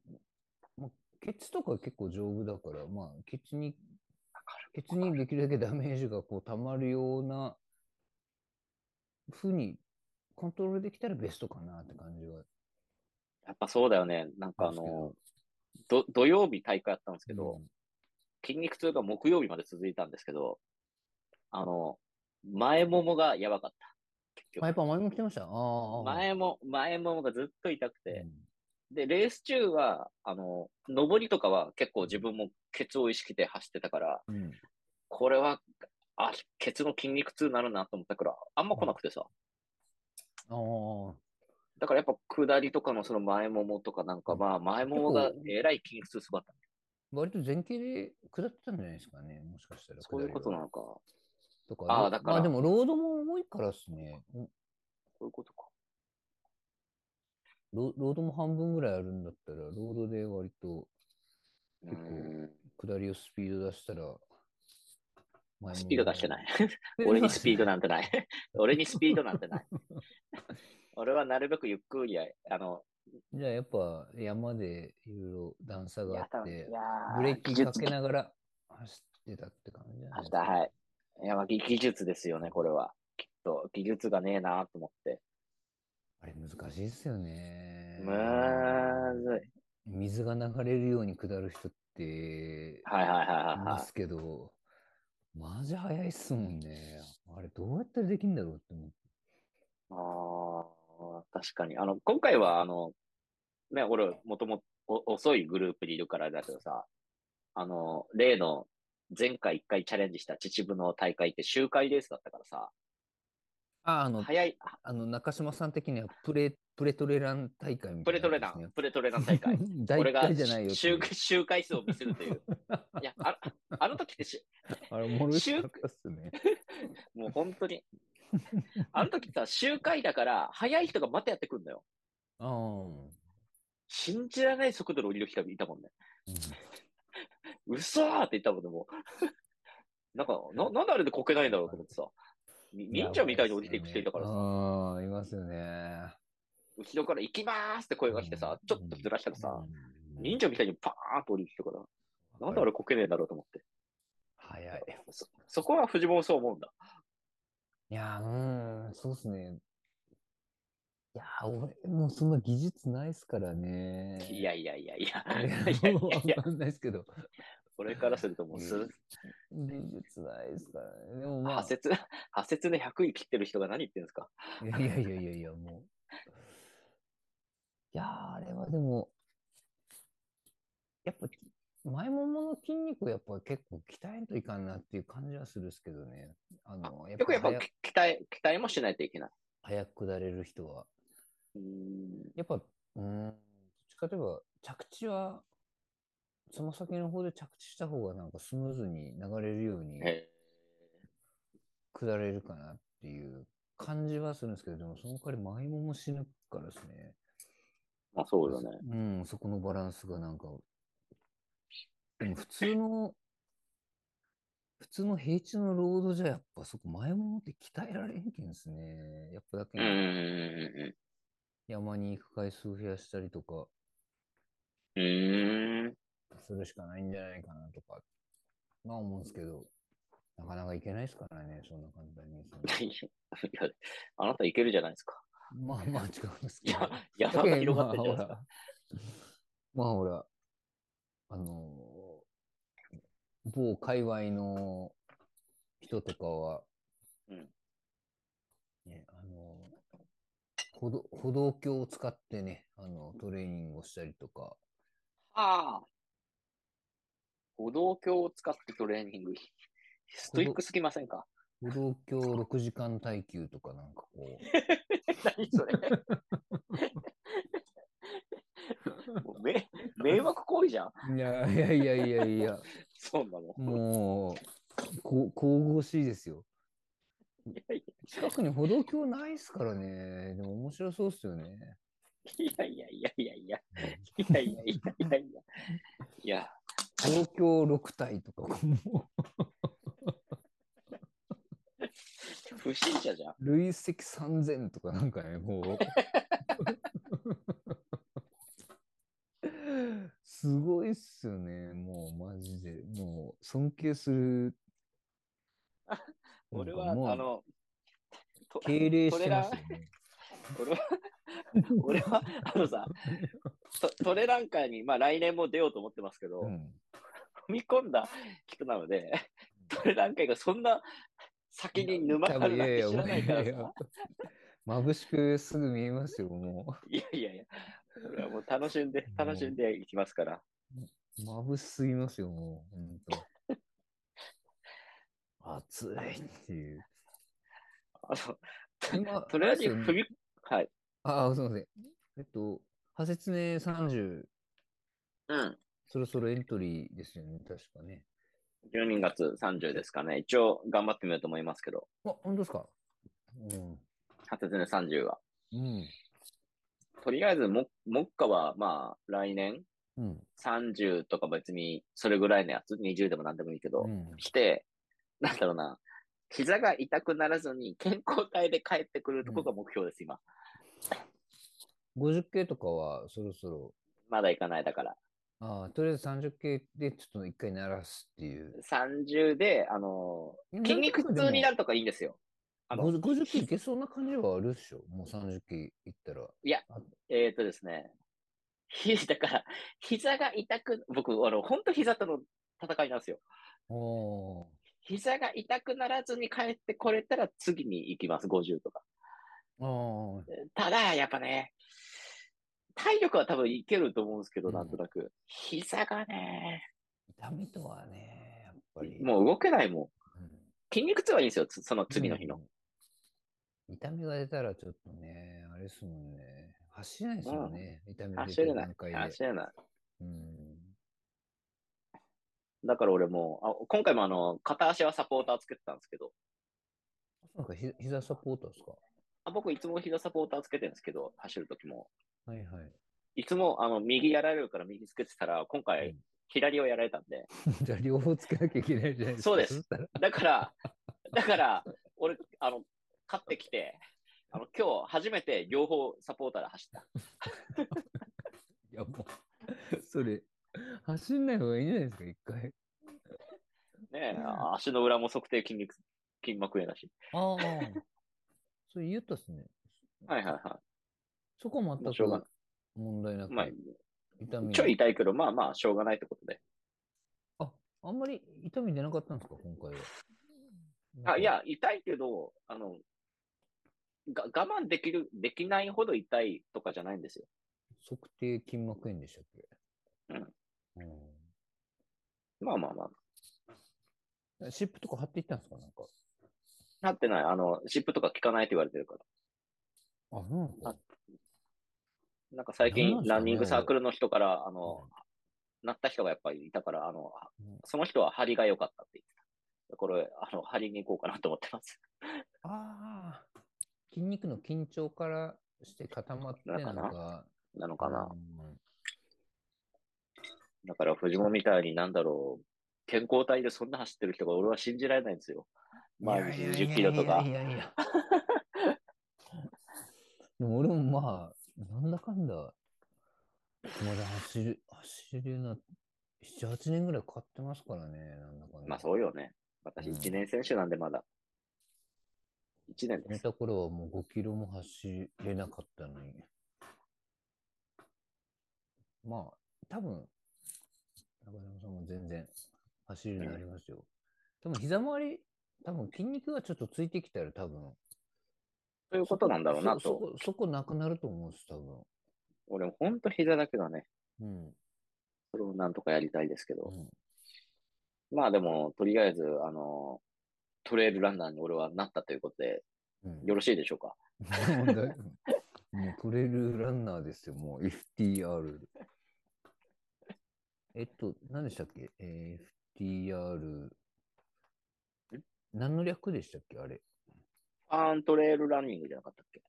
Speaker 2: まあ、ケツとか結構丈夫だから、まあ、ケツに、ケツにできるだけダメージがこう溜まるような、ふうにコントロールできたらベストかなって感じは。
Speaker 1: やっぱそうだよね。なんかあの、ど土曜日大会やったんですけど、
Speaker 2: うん
Speaker 1: 筋肉痛が木曜日まで続いたんですけど、あの、前ももがやばかった。結
Speaker 2: あ、やっ
Speaker 1: 局。
Speaker 2: ぱ前も来てましたああ。
Speaker 1: 前も、前ももがずっと痛くて、
Speaker 2: うん
Speaker 1: で、レース中は、あの、上りとかは結構自分もケツを意識で走ってたから、
Speaker 2: うん。
Speaker 1: これは、あ、ケツの筋肉痛になるなと思ったから、あんま来なくてさ。
Speaker 2: ああ。
Speaker 1: だからやっぱ下りとかのその前ももとかなんか、まあ前ももがえらい筋肉痛すごかった。
Speaker 2: 割と前傾で下ってたんじゃないですかね。もしかしたら。
Speaker 1: そういうことなのか。そ
Speaker 2: 下りは
Speaker 1: あ
Speaker 2: とか。
Speaker 1: あだから
Speaker 2: まあでも、ロードも重いからですね。
Speaker 1: ういうことか。
Speaker 2: ロロードも半分ぐらいあるんだったら、ロードで割と
Speaker 1: う
Speaker 2: 結構
Speaker 1: ん。
Speaker 2: 下りをスピード出したら、前。
Speaker 1: スピード出してないい。 *laughs* 俺にスピードなんてない。俺にスピードなんて
Speaker 2: *laughs*
Speaker 1: ない。俺はなるべくゆっくりや、あの、
Speaker 2: *laughs* じゃあやっぱ山でいろいろ段差
Speaker 1: い
Speaker 2: が
Speaker 1: や
Speaker 2: あ
Speaker 1: 多
Speaker 2: っ
Speaker 1: 分い
Speaker 2: て、
Speaker 1: やー
Speaker 2: ブレーキかけ
Speaker 1: 技術
Speaker 2: ながら走ってたって感じじゃな
Speaker 1: 明
Speaker 2: いです
Speaker 1: 日、
Speaker 2: か。
Speaker 1: はい。いや、まあ技技術ですよね、これは。きっと、技術がねえなと思って。
Speaker 2: あれ難しいですよね。
Speaker 1: むーずい。
Speaker 2: 水が流れるように下る人って、
Speaker 1: はいはいはい
Speaker 2: い
Speaker 1: はい
Speaker 2: ま
Speaker 1: はい。
Speaker 2: すけど、マジ早いっすもんね。あれどうやったらできるんだろうって思って。
Speaker 1: ああ、確かに。あの、今回は、あの、ね、俺、もともとお遅いグループにいるからだけどさ、あの、例の、前回一回チャレンジした秩父の大会って周回レースだったからさ、
Speaker 2: あ、あの、
Speaker 1: 早い、
Speaker 2: あの中島さん的にはプレプレトレラン大会みた
Speaker 1: プレ
Speaker 2: いな
Speaker 1: トレ
Speaker 2: や
Speaker 1: ラ
Speaker 2: つです
Speaker 1: ン、プレトレラン大会。
Speaker 2: ね。 *laughs* 大
Speaker 1: 俺が
Speaker 2: 会じゃないよってい
Speaker 1: 周
Speaker 2: う。
Speaker 1: 周回数を見せると
Speaker 2: *laughs*
Speaker 1: いう。いや、ああの時ってし、
Speaker 2: あれ、おもろい
Speaker 1: 周
Speaker 2: かったっすね。
Speaker 1: もう本当に。あの時さ、周回だから、早い人がまたやってくんだよ。
Speaker 2: ああ。うん
Speaker 1: 信じられない速度で降りる人がいたもんね。嘘ーって言ったもんね、もう。 *laughs* なんか、な、なんであれでこけないんだろうと思ってさ。に忍者みたいに降りていく人いたからさ、
Speaker 2: ああ、いますよね。
Speaker 1: 後ろから行きまーすって声が来てさ、ちょっとずらしたらさ、忍者みたいにパーンと降りてきたから、なんであ
Speaker 2: ろ
Speaker 1: れこけねえんだろうと思って。
Speaker 2: 早い。
Speaker 1: そ、そこは藤本そう思うんだ。
Speaker 2: いやー、うん、そうっすね。いやー、俺もうそんな技術ないっすから
Speaker 1: *laughs*
Speaker 2: ね。
Speaker 1: いやいやいやいや。
Speaker 2: いや、
Speaker 1: いやいやいや
Speaker 2: わかんないですけど。
Speaker 1: 俺からするともうす、
Speaker 2: うん技術ないですからね。でもま
Speaker 1: 破
Speaker 2: あ、
Speaker 1: 説、破説で100位切ってる人が何言ってるんですか
Speaker 2: いやいやいやいやいや、もう。いやー、あれはでも、やっぱ、前ももの筋肉やっぱ結構鍛えんといかんなっていう感じはするっすけどね。あの、やっ
Speaker 1: 結構やっぱ
Speaker 2: 早
Speaker 1: 鍛え、鍛えもしないといけない。
Speaker 2: 早く下れる人は。
Speaker 1: うーん
Speaker 2: やっぱ、うーん、どっちかといえば、着地は、つま先の方で着地した方がなんかスムーズに流れるように
Speaker 1: え
Speaker 2: 下れるかなっていう感じはするんですけど、でもその代わり前もも死ぬからですね。
Speaker 1: ーまあそうだね。
Speaker 2: うん、そこのバランスがなんか、でも普通の、普通の平地のロードじゃやっぱそこ前ももって鍛えられへんけんですね。やっぱだけ
Speaker 1: うん
Speaker 2: に
Speaker 1: う
Speaker 2: 山に行く回数増やしたりとか
Speaker 1: んうんうん。うーん。
Speaker 2: するしかないんじゃないかなとか、まあ思うんですけど、なかなか行けないですからね、そんな簡単に。その
Speaker 1: いや、あなたいけるじゃないですか。
Speaker 2: まあまあ違うんです
Speaker 1: い
Speaker 2: けど。
Speaker 1: や、山が広がってるじゃないです
Speaker 2: ま
Speaker 1: か。
Speaker 2: あほら、まあほら、 *laughs* あのー某界隈の人とかは、
Speaker 1: うん
Speaker 2: ね、あのー歩道、歩道橋を使ってね、あの、トレーニングをしたりとか、
Speaker 1: ああ。歩道橋を使ってトレーニング。ストイックすぎませんか
Speaker 2: 歩道橋6時間耐久とかなんかこう、
Speaker 1: 何それもうめ迷惑行為じゃん
Speaker 2: *laughs* いやいやいやいやいや、
Speaker 1: そんなの。
Speaker 2: もう、こ神々しいですよ。
Speaker 1: いやい
Speaker 2: 近くに歩道橋ないっすからね。でも面白そうっすよね。
Speaker 1: やいやいやいやいやいやいやいやいやいやいや。いや、
Speaker 2: 東京6体とか、も
Speaker 1: 不審者じゃん。
Speaker 2: う累積3000とかなんかね、こう。すごいっすよね。もうマジで。もう尊敬する。
Speaker 1: 俺は、
Speaker 2: なんかもう
Speaker 1: あ、の、と
Speaker 2: 敬礼してますよね。
Speaker 1: 俺は、俺は、あのさ、トトレランカーに、まあ来年も出ようと思ってますけど、
Speaker 2: うん
Speaker 1: 踏み込んだ人なので、トレランカーがそんな先に沼があるなんて知らないから
Speaker 2: いやいや
Speaker 1: さ。
Speaker 2: 眩しくすぐ見えますよ、も
Speaker 1: いやいやいや、俺はもう楽しんで
Speaker 2: うん、
Speaker 1: 楽しんでいきますから。
Speaker 2: う。眩しすぎますよ、もう。本当。暑いっていう。
Speaker 1: あの、*laughs*
Speaker 2: 今
Speaker 1: とりあえず
Speaker 2: あれです
Speaker 1: 踏
Speaker 2: よ
Speaker 1: み、はい。
Speaker 2: ああ、すみません。えっと、派説ね30、
Speaker 1: うん。
Speaker 2: そろそろエントリーですよね、確かね。
Speaker 1: 12月30ですかね。一応頑張ってみようと思いますけど、
Speaker 2: あ、本当ですかうん。
Speaker 1: 初音30は。
Speaker 2: うん。
Speaker 1: とりあえずも、目下は、まあ、来年
Speaker 2: うん。
Speaker 1: 30とか別に、それぐらいのやつ、20でも何でもいいけど、
Speaker 2: うん、
Speaker 1: して、なんだろうな、膝が痛くならずに健康体で帰ってくるとこが目標です、今。
Speaker 2: 50系とかはそろそろ、
Speaker 1: まだ行かないだから。
Speaker 2: ああ、とりあえず30系でちょっと一回鳴らすっていう。
Speaker 1: 30で、あのー筋肉痛になるとかいいんですよ。あの、
Speaker 2: 50, 50系いけそうな感じはあるっしょ。もう30系いったら。
Speaker 1: えっ、とですね、ひ *laughs* だから、膝が痛く、僕、あの、本当膝との戦いなんですよ。
Speaker 2: おー
Speaker 1: 膝が痛くならずに帰ってこれたら次に行きます、50とか。
Speaker 2: ああ、
Speaker 1: ただ、やっぱね、体力は多分いけると思うんですけど、
Speaker 2: うん
Speaker 1: なんとなく。膝がね、
Speaker 2: 痛みとはね、やっぱり。
Speaker 1: もう動けないもん。
Speaker 2: うん、
Speaker 1: 筋肉痛はいいんですよ、つその次の日の。
Speaker 2: うん痛みが出たらちょっとね、あれですもんね。走れないですよね。痛みが出
Speaker 1: 走
Speaker 2: て
Speaker 1: れ
Speaker 2: る
Speaker 1: ない
Speaker 2: 段階。で。
Speaker 1: 走れない。
Speaker 2: うん。
Speaker 1: だから俺もう、あ今回もあの、片足はサポーターつけてたんですけど、
Speaker 2: なんかひ膝サポーターですか
Speaker 1: あ僕いつも膝サポーターつけてるんですけど、走るときも。
Speaker 2: はいはい。 *laughs*
Speaker 1: いつもあの、右やられるから右つけてたら、今
Speaker 2: う
Speaker 1: 回
Speaker 2: ん、
Speaker 1: 左をやられたんで。
Speaker 2: じゃあ両方つけなきゃいけないじゃないですか。
Speaker 1: そうです
Speaker 2: したら
Speaker 1: *laughs* だから、だから、俺、あの、買ってきて、あの、今日初めて両方サポーターで走った。
Speaker 2: いやもう、 *laughs* それ、走んない方がいいんじゃないですか、一回。
Speaker 1: ねえ、あ足の裏も測定筋肉、筋膜炎だし。
Speaker 2: ああ。 *laughs* それ言ったっすね。
Speaker 1: はいはいは
Speaker 2: そこは
Speaker 1: も
Speaker 2: 全
Speaker 1: うしょうがな。
Speaker 2: く問題ないく、
Speaker 1: まあ、
Speaker 2: 痛み
Speaker 1: ちょい痛いけど、まあまあ、しょうがないってことで。
Speaker 2: あ、あんまり痛み出なかったんですか、今回は。
Speaker 1: あい、や、痛いけど、あの、が我慢できる、できないほど痛いとかじゃないんですよ。
Speaker 2: 測定筋膜炎でしたっけ
Speaker 1: うん
Speaker 2: うん
Speaker 1: まあまあまあ。
Speaker 2: シップとか貼っていったんですかなんか。
Speaker 1: なってない。あの、湿布とか効かないって言われてるから。
Speaker 2: あ、なんか
Speaker 1: あなんか最近
Speaker 2: なんなんですかね
Speaker 1: ランニングサークルの人から、あ
Speaker 2: う
Speaker 1: の、なった人がやっぱりいたから、あの
Speaker 2: うん、
Speaker 1: その人は張りが良かったって言ってた。これ、あの、張りに行こうかなと思ってます。 *laughs*
Speaker 2: ああ、筋肉の緊張からして固まって
Speaker 1: な
Speaker 2: なん
Speaker 1: か
Speaker 2: ん
Speaker 1: な
Speaker 2: か、
Speaker 1: なのかな。
Speaker 2: うん
Speaker 1: だから、藤本みたいになんだろう、健康体でそんな走ってる人が俺は信じられないんですよ。毎日20キロとか
Speaker 2: い。やいやいやいや。 *laughs* でも俺もまあ、なんだかんだ、まだ走る、走るな、7、8年ぐらい買ってますからね、なんだかんだ。
Speaker 1: まあそうよね。私
Speaker 2: うん
Speaker 1: 1年選手なんでまだ。1年で
Speaker 2: 寝
Speaker 1: す。
Speaker 2: た頃はもう5キロも走れなかったのに。まあ、多分、中山さんも全然走るようになりますよ。多分膝周り、多分筋肉がちょっとついてきたら多分。
Speaker 1: ということなんだろうな
Speaker 2: そそ
Speaker 1: と。
Speaker 2: こ、そこなくなると思うんです、多分。
Speaker 1: 俺も本当膝だけだね。
Speaker 2: うん。
Speaker 1: それをなんとかやりたいですけど
Speaker 2: う。ん、
Speaker 1: まあでも、とりあえず、あの、トレイルランナーに俺はなったということで、
Speaker 2: うん
Speaker 1: よろしいでしょうか。
Speaker 2: もうだいもうトレイルランナーですよ、もう FTR。えっと、何でしたっけ、えー ?FTR。何の略でしたっけあれ。
Speaker 1: ファントレイルランニングじゃなかったっけ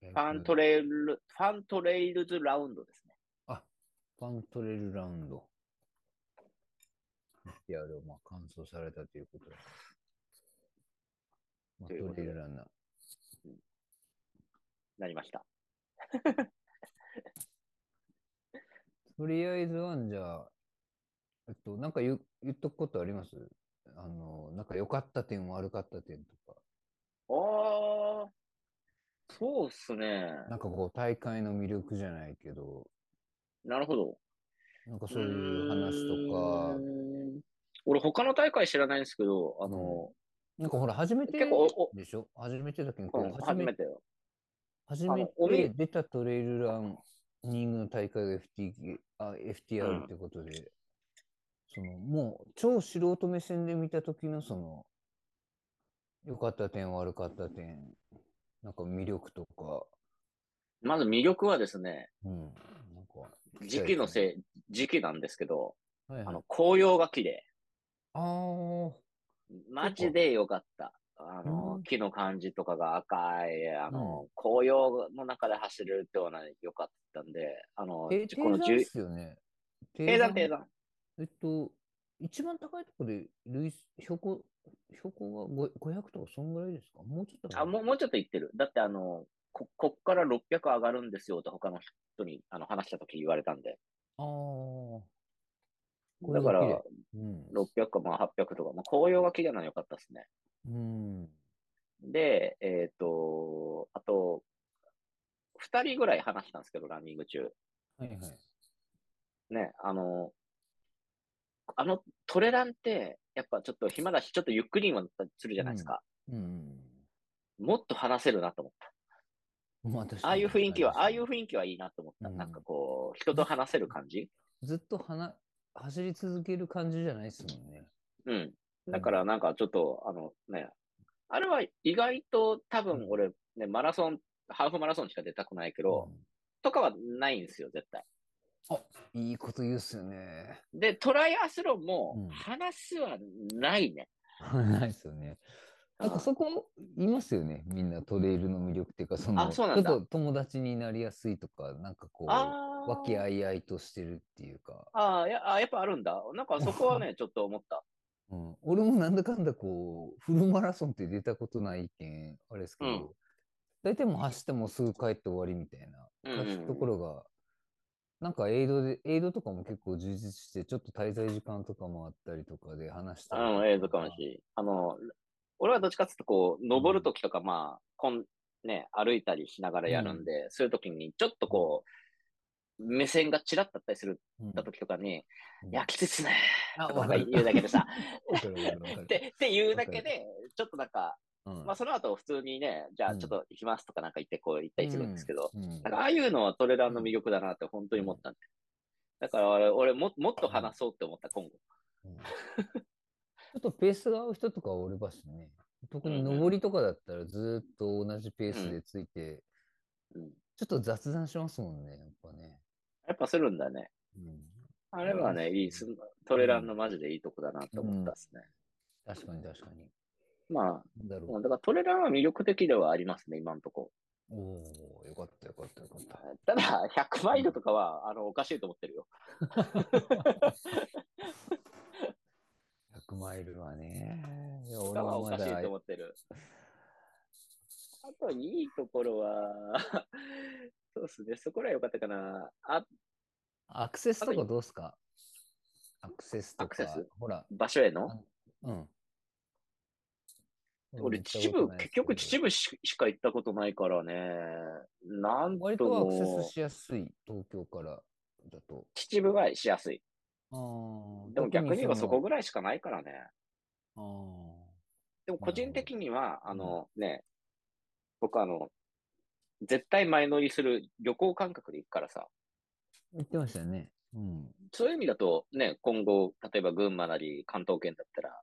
Speaker 1: ファント
Speaker 2: レ。
Speaker 1: レイル、ファントレイルズラウンドですね。
Speaker 2: あ、ファントレイルラウンド。FTR をまあ完走されたということで。まあ、
Speaker 1: ということ
Speaker 2: ト
Speaker 1: で
Speaker 2: レイルランナー。
Speaker 1: なりました。
Speaker 2: とりあえずは、じゃあ、えっと、なんか言う言っとくことありますあの、なんか良かった点、悪かった点とか、
Speaker 1: ああ、そうっすね。
Speaker 2: なんかこう、大会の魅力じゃないけど、
Speaker 1: なるほど。
Speaker 2: なんかそういう話とか
Speaker 1: うー、ん。俺、他の大会知らないんですけど、あの、
Speaker 2: なんかほら、初めて
Speaker 1: 結構おお
Speaker 2: でしょ初めてだけど、
Speaker 1: うん、初め
Speaker 2: て
Speaker 1: てよ。
Speaker 2: 初め
Speaker 1: あのおみ
Speaker 2: て出たトレイルランニングの大会が FT あ
Speaker 1: うん
Speaker 2: FTR ってことで、そのもう超素人目線で見た時のその良かった点悪かった点なんか魅力とか、
Speaker 1: まず魅力はですね、
Speaker 2: うん、なんか
Speaker 1: 時期の
Speaker 2: い、
Speaker 1: せい、時期なんですけど、
Speaker 2: はい
Speaker 1: あ
Speaker 2: はい
Speaker 1: の、紅葉が綺麗。
Speaker 2: あー
Speaker 1: マジでよかった。あ
Speaker 2: う
Speaker 1: の
Speaker 2: ん、
Speaker 1: 木の感じとかが赤い、あの、紅葉の中で走れるってのは良かったんで、あの、
Speaker 2: え
Speaker 1: この
Speaker 2: 低山
Speaker 1: 10
Speaker 2: で、すよね
Speaker 1: 低山低山。
Speaker 2: えっと一番高いところで累標高標高が500とかそんぐらいですかもうちょっと
Speaker 1: あ、もう、もうちょっと行ってる。だってあの、こ、こっから600上がるんですよと他の人に、あの、話した時言われたんで。
Speaker 2: あー
Speaker 1: だか、
Speaker 2: これ
Speaker 1: ら
Speaker 2: が、綺麗うん、
Speaker 1: 600かまあ800とか、まあ、紅葉が綺麗なの良かったですね。
Speaker 2: うん。
Speaker 1: で、えっと、あと、2人ぐらい話したんですけど、ランニング中。
Speaker 2: はいはい。
Speaker 1: ね、あの、あのトレランって、やっぱちょっと暇だし、ちょっとゆっくりもするじゃないですか。
Speaker 2: うん。
Speaker 1: もっと話せるなと思った。
Speaker 2: まあ、確か
Speaker 1: ああ
Speaker 2: に
Speaker 1: いう雰囲気は、ああいう
Speaker 2: 確か
Speaker 1: 雰囲気はいいなと思った。
Speaker 2: うん
Speaker 1: なんかこう、人と話せる感じ。
Speaker 2: にずっとはな走り続ける感じじゃないですもんね。
Speaker 1: うん。だからなんかちょっと、あのね、あれは意外と多分俺、ね、マラソン、ハーフマラソンしか出たくないけど、とかはないんですよ、絶対。
Speaker 2: うんいいこと言うっすよね。 *laughs*
Speaker 1: で、トライアスロン
Speaker 2: うん
Speaker 1: も話はないね。
Speaker 2: ないっすよね。なんかそこ、いますよね。みんなトレイルの魅力っていうか、その、
Speaker 1: あそうなんだ
Speaker 2: ちょっと友達になりやすいとか、なんかこう、
Speaker 1: ああ。
Speaker 2: 和気あいあいとしてるっていうか。
Speaker 1: ああ、や、あ、やっぱあるんだ。なんかそこはね、ちょっと思った。
Speaker 2: うん、俺もなんだかんだこう、フルマラソンって出たことないけん、あれですけど、
Speaker 1: うん
Speaker 2: 大体もう走ってもうすぐ帰って終わりみたいな
Speaker 1: うんうんうん
Speaker 2: ところが、なんかエイドで、エイドとかも結構充実して、ちょっと滞在時間とかもあったりとかで話したりと
Speaker 1: うん、映像かもしれん。あの、俺はどっちかっていうと、こう、登るときとか、まあ、こん、ね、歩いたりしながらやるんで、そういうときに、ちょっとこう、目線がチラッだったりする
Speaker 2: うん
Speaker 1: た時とかに、
Speaker 2: うん
Speaker 1: いや、きついっすね。
Speaker 2: あ、
Speaker 1: とか
Speaker 2: わ
Speaker 1: なんか
Speaker 2: かる。
Speaker 1: 言うだけで
Speaker 2: *laughs*
Speaker 1: さ。
Speaker 2: わかるわかるわかる
Speaker 1: って、って言うだけで、ちょっとなんか、
Speaker 2: うん
Speaker 1: *laughs* まあその後普通にね、じゃあちょっと行きますとかなんか言ってこう行ったりするんですけど、
Speaker 2: うんうん
Speaker 1: なんかああいうのはトレランの魅力だなって本当に思ったんで。だから俺、俺ももっと話そうって思った、今後。
Speaker 2: *laughs* うんちょっとペースが合う人とかはおりますね。特に
Speaker 1: うんうん
Speaker 2: 上りとかだったらずーっと同じペースでついて、
Speaker 1: うん
Speaker 2: ちょっと雑談しますもんね、やっぱね。
Speaker 1: やっぱするんだね。
Speaker 2: うん、
Speaker 1: あれはね、いいす、トレランのマジでいいとこだなって思ったですね。
Speaker 2: 確かに確かに。
Speaker 1: まあ、
Speaker 2: なんだ
Speaker 1: う
Speaker 2: ろ
Speaker 1: んだからトレランは魅力的ではありますね、今のとこ。
Speaker 2: う。おおよかったよかったよかっ
Speaker 1: た
Speaker 2: た。
Speaker 1: だ、100マイルとかは、あの、おかしいと思ってるよ。
Speaker 2: 100マイルはね。いや、
Speaker 1: そ
Speaker 2: 俺
Speaker 1: れは
Speaker 2: は
Speaker 1: お
Speaker 2: ま
Speaker 1: かしい
Speaker 2: だ
Speaker 1: と思ってる。あと、いいところは、 *laughs* そうですね、そこら良かったかな。あ、
Speaker 2: アクセスとかどうすかアクセスと
Speaker 1: アクセ
Speaker 2: か
Speaker 1: ス、
Speaker 2: ほら、
Speaker 1: 場所への
Speaker 2: うん。
Speaker 1: 俺、秩父、結局秩
Speaker 2: 父
Speaker 1: 父ししか行ったことないからね。なん
Speaker 2: 割
Speaker 1: と
Speaker 2: とアクセ
Speaker 1: も
Speaker 2: ス、しやすい、東京からだと。
Speaker 1: 秩父はしやすい。
Speaker 2: あー
Speaker 1: でも逆に言えばそこ
Speaker 2: が。
Speaker 1: ぐらいしかないからね。
Speaker 2: あ
Speaker 1: でも個人的には、
Speaker 2: な
Speaker 1: あ
Speaker 2: るほど
Speaker 1: のね、僕あの、絶対前乗りする旅行感覚で行くからさ、
Speaker 2: ー言ってましたよね。うん。
Speaker 1: そういう意味だとね、今後、例えば群馬なり関東圏だったら、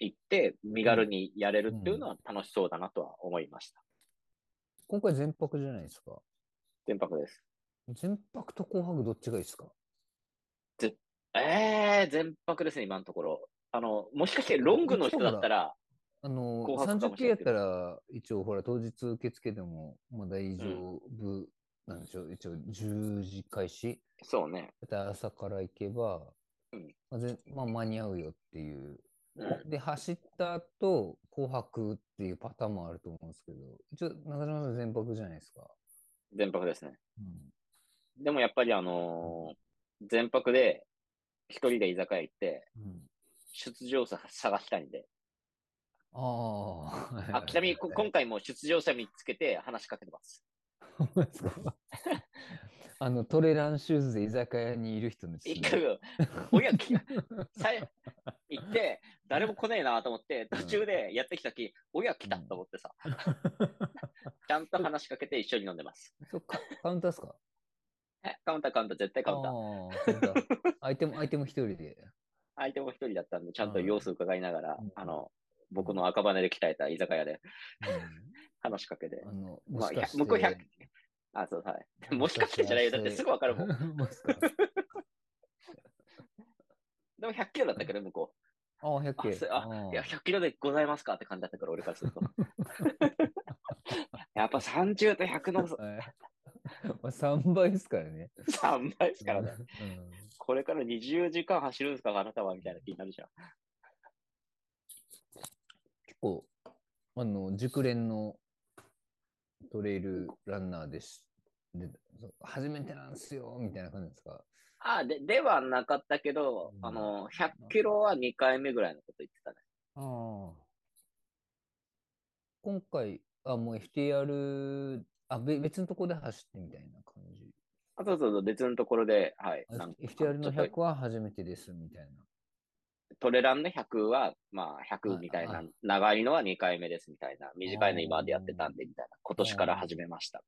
Speaker 1: 行って身軽にやれるっていうのは楽しそうだなとは思いました。
Speaker 2: 今回全泊じゃないですか。
Speaker 1: 全泊です。
Speaker 2: 全泊と紅白どっちがいいですか
Speaker 1: えー、全泊ですね、今のところ。あの、もしかしてロングの人だったら、
Speaker 2: あの、
Speaker 1: 紅白かもし
Speaker 2: 30K
Speaker 1: れ
Speaker 2: や
Speaker 1: ない
Speaker 2: っ
Speaker 1: けど
Speaker 2: たら、一応ほら、当日受付でも、まあ大丈夫なんでしょう。一応10時開始。
Speaker 1: そうね。
Speaker 2: だって朝から行けば
Speaker 1: うん、
Speaker 2: まあぜまあ間に合うよっていう。
Speaker 1: うん
Speaker 2: で、走った後、紅白っていうパターンもあると思うんですけど、一応、中島さん全泊じゃないですか。
Speaker 1: 全泊ですね。
Speaker 2: うん
Speaker 1: でもやっぱりあのー全泊で一人で居酒屋行って、
Speaker 2: うん
Speaker 1: 出場者探したいんで。
Speaker 2: ああ。
Speaker 1: あ、ちな
Speaker 2: *laughs*
Speaker 1: みにこ今回も出場者見つけて話しかけてます。
Speaker 2: ほんまですかあの、トレランシューズで居酒屋にいる人の質
Speaker 1: 一
Speaker 2: 問
Speaker 1: 回、おやき、さい行って、誰も来ねえなと思って、途中でやってきた時おや来たと思ってさ、ちゃんと話しかけて一緒に飲んでます。
Speaker 2: *laughs* そっか、カウンターですか
Speaker 1: えカウンターカウンター、絶対カウンター。
Speaker 2: あーカウンター相手も、相手も一人で。
Speaker 1: 相手も一人だったんで、ちゃんと様子伺いながら、
Speaker 2: うん
Speaker 1: あの、僕の赤羽で鍛えた居酒屋で話しかけて。
Speaker 2: うん、あの、
Speaker 1: まあ、いや向こう100、あ、そう、はい。もしかしてじゃないよ。だってすぐわかるもん。
Speaker 2: ん。 *laughs* もしかして
Speaker 1: でも100キロだったけど、向こ
Speaker 2: ああ、100
Speaker 1: あそ
Speaker 2: 系
Speaker 1: う。あ
Speaker 2: ー
Speaker 1: う。いや、100キロでございますかって感じだったから、俺からする *laughs* と。やっぱ30と100の
Speaker 2: はい *laughs* まあ、3倍ですからね。
Speaker 1: 3倍ですからね。
Speaker 2: うん
Speaker 1: これから20時間走るんですか、あなたはみたいな気になるじゃん。
Speaker 2: 結構、あの、熟練のトレイルランナーです。で、そう初めてなんですよ、みたいな感じですか。
Speaker 1: あ、で、ではなかったけど、
Speaker 2: うん
Speaker 1: あの、100キロは2回目ぐらいのこと言ってたね。
Speaker 2: ああ。今回、あ、もう FTR、あ、べ別のとこで走ってみたいな感じ。
Speaker 1: あ、そうそうそう、別のところで、はい。
Speaker 2: あ
Speaker 1: なんか
Speaker 2: FTR の
Speaker 1: ちょっ
Speaker 2: 100
Speaker 1: と
Speaker 2: は初めてです、みたいな。
Speaker 1: トレランの100は、まあ、100みたい
Speaker 2: はい
Speaker 1: な
Speaker 2: はい、
Speaker 1: 長いのは2回目ですみたいな、短いの今までやってたんで、みたいな、今年から始めました。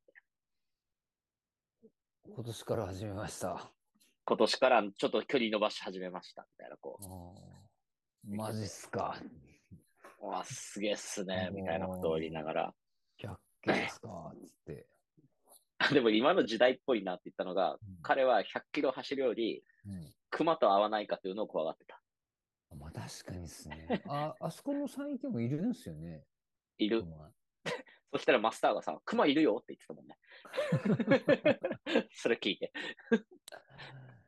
Speaker 2: 今年から始めました。あ
Speaker 1: 今年からちょっと距離伸ばし始めました、みたいな、こ
Speaker 2: あマジっすか。
Speaker 1: う、わ、すげえっすね、みたいなことを言いながら。
Speaker 2: 100キロっすか、つって。
Speaker 1: *laughs* でも今の時代っぽいなって言ったのが、
Speaker 2: うん
Speaker 1: 彼は100キロ走るより、
Speaker 2: うん
Speaker 1: 熊と合わないかというのを怖がってた。
Speaker 2: まあ確かにですね。あ、あそこの山域もいるんですよね。
Speaker 1: いる。
Speaker 2: 熊
Speaker 1: そしたらマスターがさ、熊いるよって言ってたもん *laughs* ね。それ聞いて。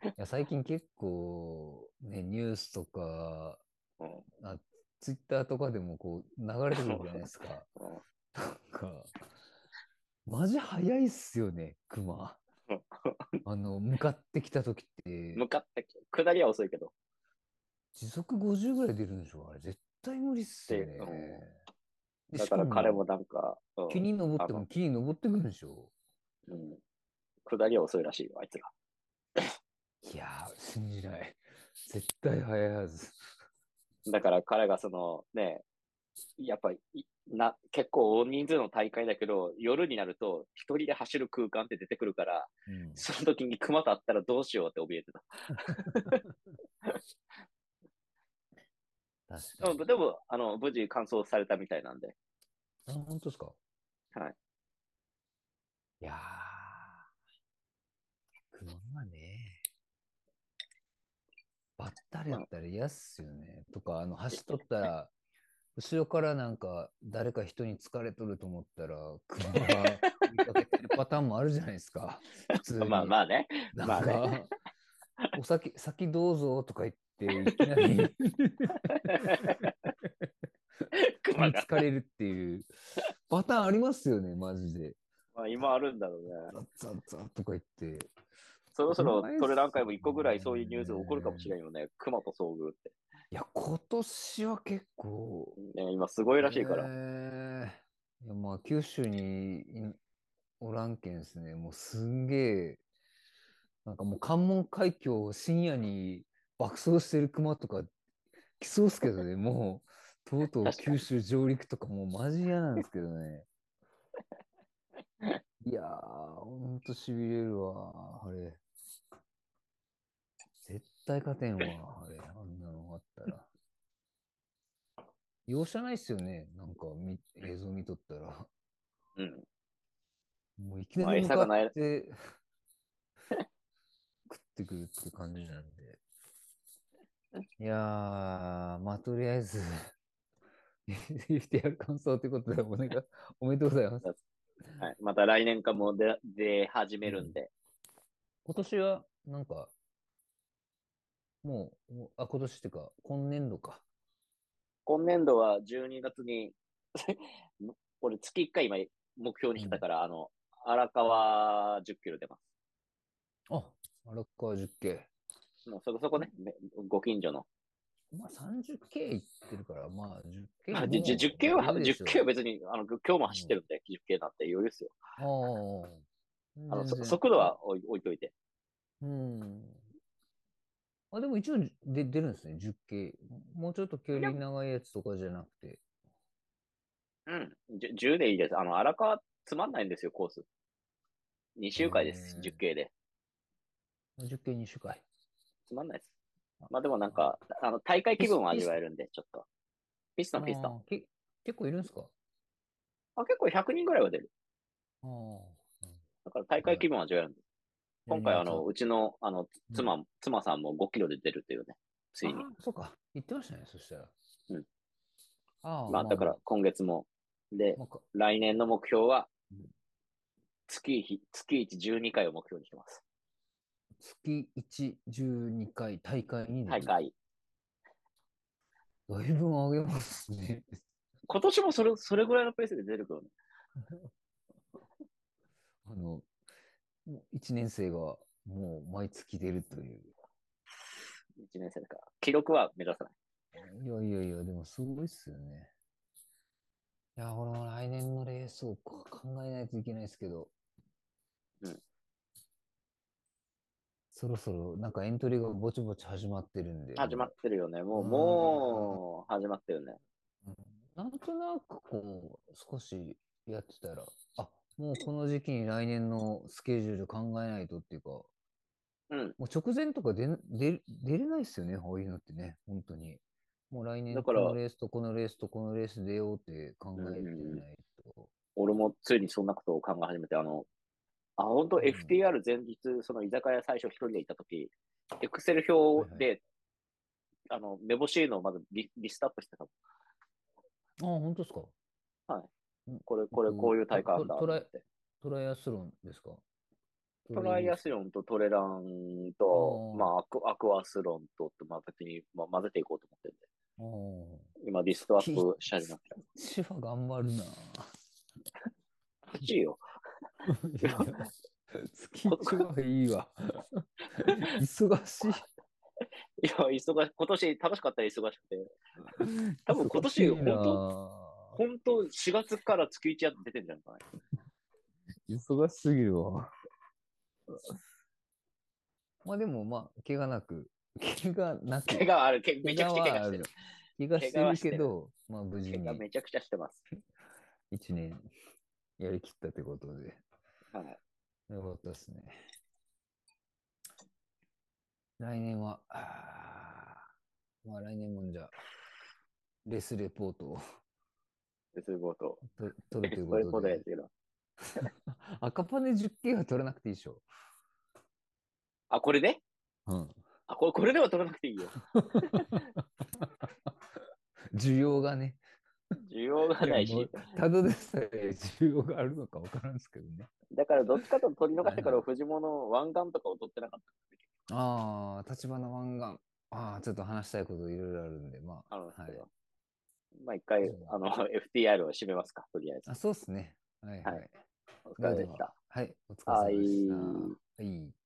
Speaker 2: いや最近結構、ね、ニュースとか、
Speaker 1: うん
Speaker 2: ツイッターとかでもこう流れてくるじゃないですか。
Speaker 1: うん
Speaker 2: なんか、マジ早いっすよね、熊
Speaker 1: うん。
Speaker 2: あの、向かってきた時って、
Speaker 1: 向かって、下りは遅いけど。
Speaker 2: 時速50ぐらい出るんでしょあれ、絶対無理っすよね
Speaker 1: でうん。
Speaker 2: で
Speaker 1: だから彼、
Speaker 2: し
Speaker 1: もなんか、うん
Speaker 2: か木に登って
Speaker 1: あ
Speaker 2: も
Speaker 1: の
Speaker 2: 木に登ってくるんでしょ
Speaker 1: うん下りは遅いらしいよ、あいつら。
Speaker 2: いやー、信じない。絶対早いはず。
Speaker 1: だから彼がそのね、やっぱりいな結構大人数の大会だけど、夜になると一人で走る空間って出てくるから、
Speaker 2: うん
Speaker 1: その時に熊と会ったらどうしようって怯えてた。
Speaker 2: 確
Speaker 1: う
Speaker 2: か
Speaker 1: ん
Speaker 2: に。
Speaker 1: でも、あの、無事完走されたみたいなんで。
Speaker 2: あ、本当ですか
Speaker 1: はい。
Speaker 2: いやー、熊はね、ばったりやったら嫌っすよね。とか、あの、走っとったら、後ろからなんか、誰か人に疲れとると思ったら、熊が見かけてるパターンもあるじゃないで
Speaker 1: *laughs*
Speaker 2: すか。普通に。
Speaker 1: まあまあね。
Speaker 2: なん
Speaker 1: ま
Speaker 2: か、
Speaker 1: あね
Speaker 2: お酒、先どうぞとか言って、いきなり
Speaker 1: 熊 *laughs* が。
Speaker 2: 疲れるっていうパターンありますよね、マジで。
Speaker 1: まあ今あるんだろうね。
Speaker 2: ザッザッザッとか言って。
Speaker 1: そろそろ
Speaker 2: うまいっすね
Speaker 1: それ何回も一個ぐらいそういうニュース起こるかもしれんよね。熊と遭遇って。
Speaker 2: いや、今年は結構。
Speaker 1: ね、今すごいらしいから。
Speaker 2: えーいや、まあ、九州にいおらんけんですね。もうすんげえ、なんかもう関門海峡を深夜に爆走してる熊とか来そうっすけどね。もう、とうとう
Speaker 1: 確か
Speaker 2: 九州上陸とかもうマジ嫌なんですけどね。いやー、ほんとしびれるわ、あれ。絶対勝てんわ、あれ。あんなのあったら。容赦ないっすよね。なんかみ映像見とったら。
Speaker 1: うん。
Speaker 2: もういき
Speaker 1: ま
Speaker 2: な
Speaker 1: あ
Speaker 2: り向
Speaker 1: 餌
Speaker 2: か
Speaker 1: がない
Speaker 2: って、 *laughs* 食ってくるって感じなんで。いやー、まあとりあえず、FTR 感想ということで、お願い、おめでとうございます。
Speaker 1: はい、また来年かも出出始めるんで。
Speaker 2: 今年は、なんか、もう、おあ、今年っていうか、今年度か。
Speaker 1: 今年度は12月に、 *laughs* 俺月1回今目標にしてたから、あの、荒川10キロ出ま
Speaker 2: あ、荒川10 k
Speaker 1: す。もうそこそこね、めご近所の。
Speaker 2: まあ 30K いってるから、まあ 10K
Speaker 1: まあ、
Speaker 2: も
Speaker 1: じじ10キロは、
Speaker 2: 余裕でしょ
Speaker 1: 10キロは別に、あの、今日も走ってるんで、10キロなんて余裕ですよ。
Speaker 2: ああ。
Speaker 1: あの、
Speaker 2: 全
Speaker 1: そ
Speaker 2: 然
Speaker 1: 速度は置い置いといて。
Speaker 2: うん。あ、でも一応で出るんですね、10K。もうちょっと距離長いやつとかじゃなくて。
Speaker 1: うん。じゅ10でいいです。あの、荒川つまんないんですよ、コース。2周回です、
Speaker 2: へー
Speaker 1: 10K で。
Speaker 2: 10K 2種回。
Speaker 1: つまんないです。まあでもなんか、あの、大会気分を味わえるんで、ちょっと。ピストン、ピストン。
Speaker 2: あーけ結構いるんですか
Speaker 1: あ、結構100人ぐらいは出る。
Speaker 2: ああ。
Speaker 1: だから大会気分を味わえるんで。今回、あの、
Speaker 2: う
Speaker 1: うちの、あの、
Speaker 2: ん
Speaker 1: 妻、妻さんも5キロで出るというね、ついに。
Speaker 2: あーそうか。言ってましたね、そしたら。
Speaker 1: うん。
Speaker 2: ああ、
Speaker 1: まあ、だから、今月も。で、
Speaker 2: まあか
Speaker 1: 来年の目標は
Speaker 2: うん、
Speaker 1: 月一、月一12回を目標にしてます。
Speaker 2: 月1、12回、大会に出
Speaker 1: 大
Speaker 2: る。
Speaker 1: 会。
Speaker 2: だいぶ上げますね。 *laughs*
Speaker 1: 今年もそれ、それぐらいのペースで出てくるね。
Speaker 2: あの、もう1年生がもう毎月出るという。
Speaker 1: 1年生だから。記録は目指さない。
Speaker 2: いやいやいや、でもすごいっすよね。いや、俺も来年のレースをこう考えないといけないですけど。
Speaker 1: うん
Speaker 2: そろそろ、なんかエントリーがぼちぼち始まってるんで。
Speaker 1: 始ま
Speaker 2: っ
Speaker 1: ってるよね。もう、
Speaker 2: うん
Speaker 1: もう、始まってるね。
Speaker 2: なんとなくこう、少しやってたら、あ、もうこの時期に来年のスケジュール考えないとっていうか、も
Speaker 1: うん。
Speaker 2: う直前とか出ん出出れないっすよね、こういうのってね、本当に。もう来年
Speaker 1: だか
Speaker 2: こ
Speaker 1: ら
Speaker 2: のレースとこのレースとこのレース出ようって考えてないと。
Speaker 1: 俺もついにそんなことを考え始めて、あの、あ、本当
Speaker 2: うん
Speaker 1: FTR 前日、その居酒屋最初一人で行った時、エクセル表で、あの、めぼしいのをまずリリストアップしてたもん。
Speaker 2: あ、本当ですか。
Speaker 1: これ、これ、
Speaker 2: うん
Speaker 1: こういう大会あんだ
Speaker 2: ト
Speaker 1: と
Speaker 2: ラ
Speaker 1: 思
Speaker 2: イ
Speaker 1: って。
Speaker 2: トライアスロンですか。
Speaker 1: トライアス
Speaker 2: ロン。
Speaker 1: ロンとトレランと
Speaker 2: あ、ー
Speaker 1: まあアク、アクアスロンとって、まあ、別に、まあ、混ぜていこうと思ってるん
Speaker 2: ああ。
Speaker 1: で、今、リストアップし始めた。
Speaker 2: 千葉頑
Speaker 1: *laughs*
Speaker 2: 張るな。
Speaker 1: 欲しいよ。
Speaker 2: *laughs* いや月一はいいわ。 *laughs* 忙し
Speaker 1: い
Speaker 2: い。
Speaker 1: や、忙し、今年楽しかったら忙しくて。多分今年
Speaker 2: 忙しいな
Speaker 1: 本当、4月から月1やって出てんじゃないかな。
Speaker 2: 忙しすぎるわ。 *laughs* まあでもまあ、怪我なく、怪我なく、
Speaker 1: 怪我はある。けめちゃくちゃ怪我してる。
Speaker 2: 怪我して
Speaker 1: 怪我
Speaker 2: る
Speaker 1: はして
Speaker 2: け
Speaker 1: る
Speaker 2: ど、まあ無事
Speaker 1: 怪我
Speaker 2: に
Speaker 1: めちゃくちゃしてます。
Speaker 2: 1年やりきったってことで、
Speaker 1: はい。
Speaker 2: よかったですね。来年は、あーまあ来年もんじゃ、レスレポートを
Speaker 1: で、そういうこと。
Speaker 2: と取るとい
Speaker 1: そうういう
Speaker 2: こ
Speaker 1: ことと
Speaker 2: で
Speaker 1: で。すけど。
Speaker 2: 赤パネ 10K は取らなくていいでしょ。
Speaker 1: あ、これね。
Speaker 2: うん。
Speaker 1: あ、これこれでは取らなくていいよ。
Speaker 2: 需要がね。
Speaker 1: 需要がない
Speaker 2: いやも
Speaker 1: し
Speaker 2: う。ただでさえ需要があるのか分からんですけどね。
Speaker 1: だからどっちかと取り逃してから藤物湾岸とかを取ってなかっ
Speaker 2: ああ、立花湾岸。ああ、ちょっと話したいこといろいろあるんで、ま
Speaker 1: たあ
Speaker 2: あ。
Speaker 1: るんです
Speaker 2: は
Speaker 1: けど。
Speaker 2: い、
Speaker 1: まあ一回
Speaker 2: うん、
Speaker 1: あの、FTR *laughs* を締めますか、とりあえず
Speaker 2: あ。そうですね。はい、は。
Speaker 1: はいお疲
Speaker 2: では
Speaker 1: れ
Speaker 2: で
Speaker 1: で
Speaker 2: は
Speaker 1: した。
Speaker 2: はい、お疲れ様でした。はい。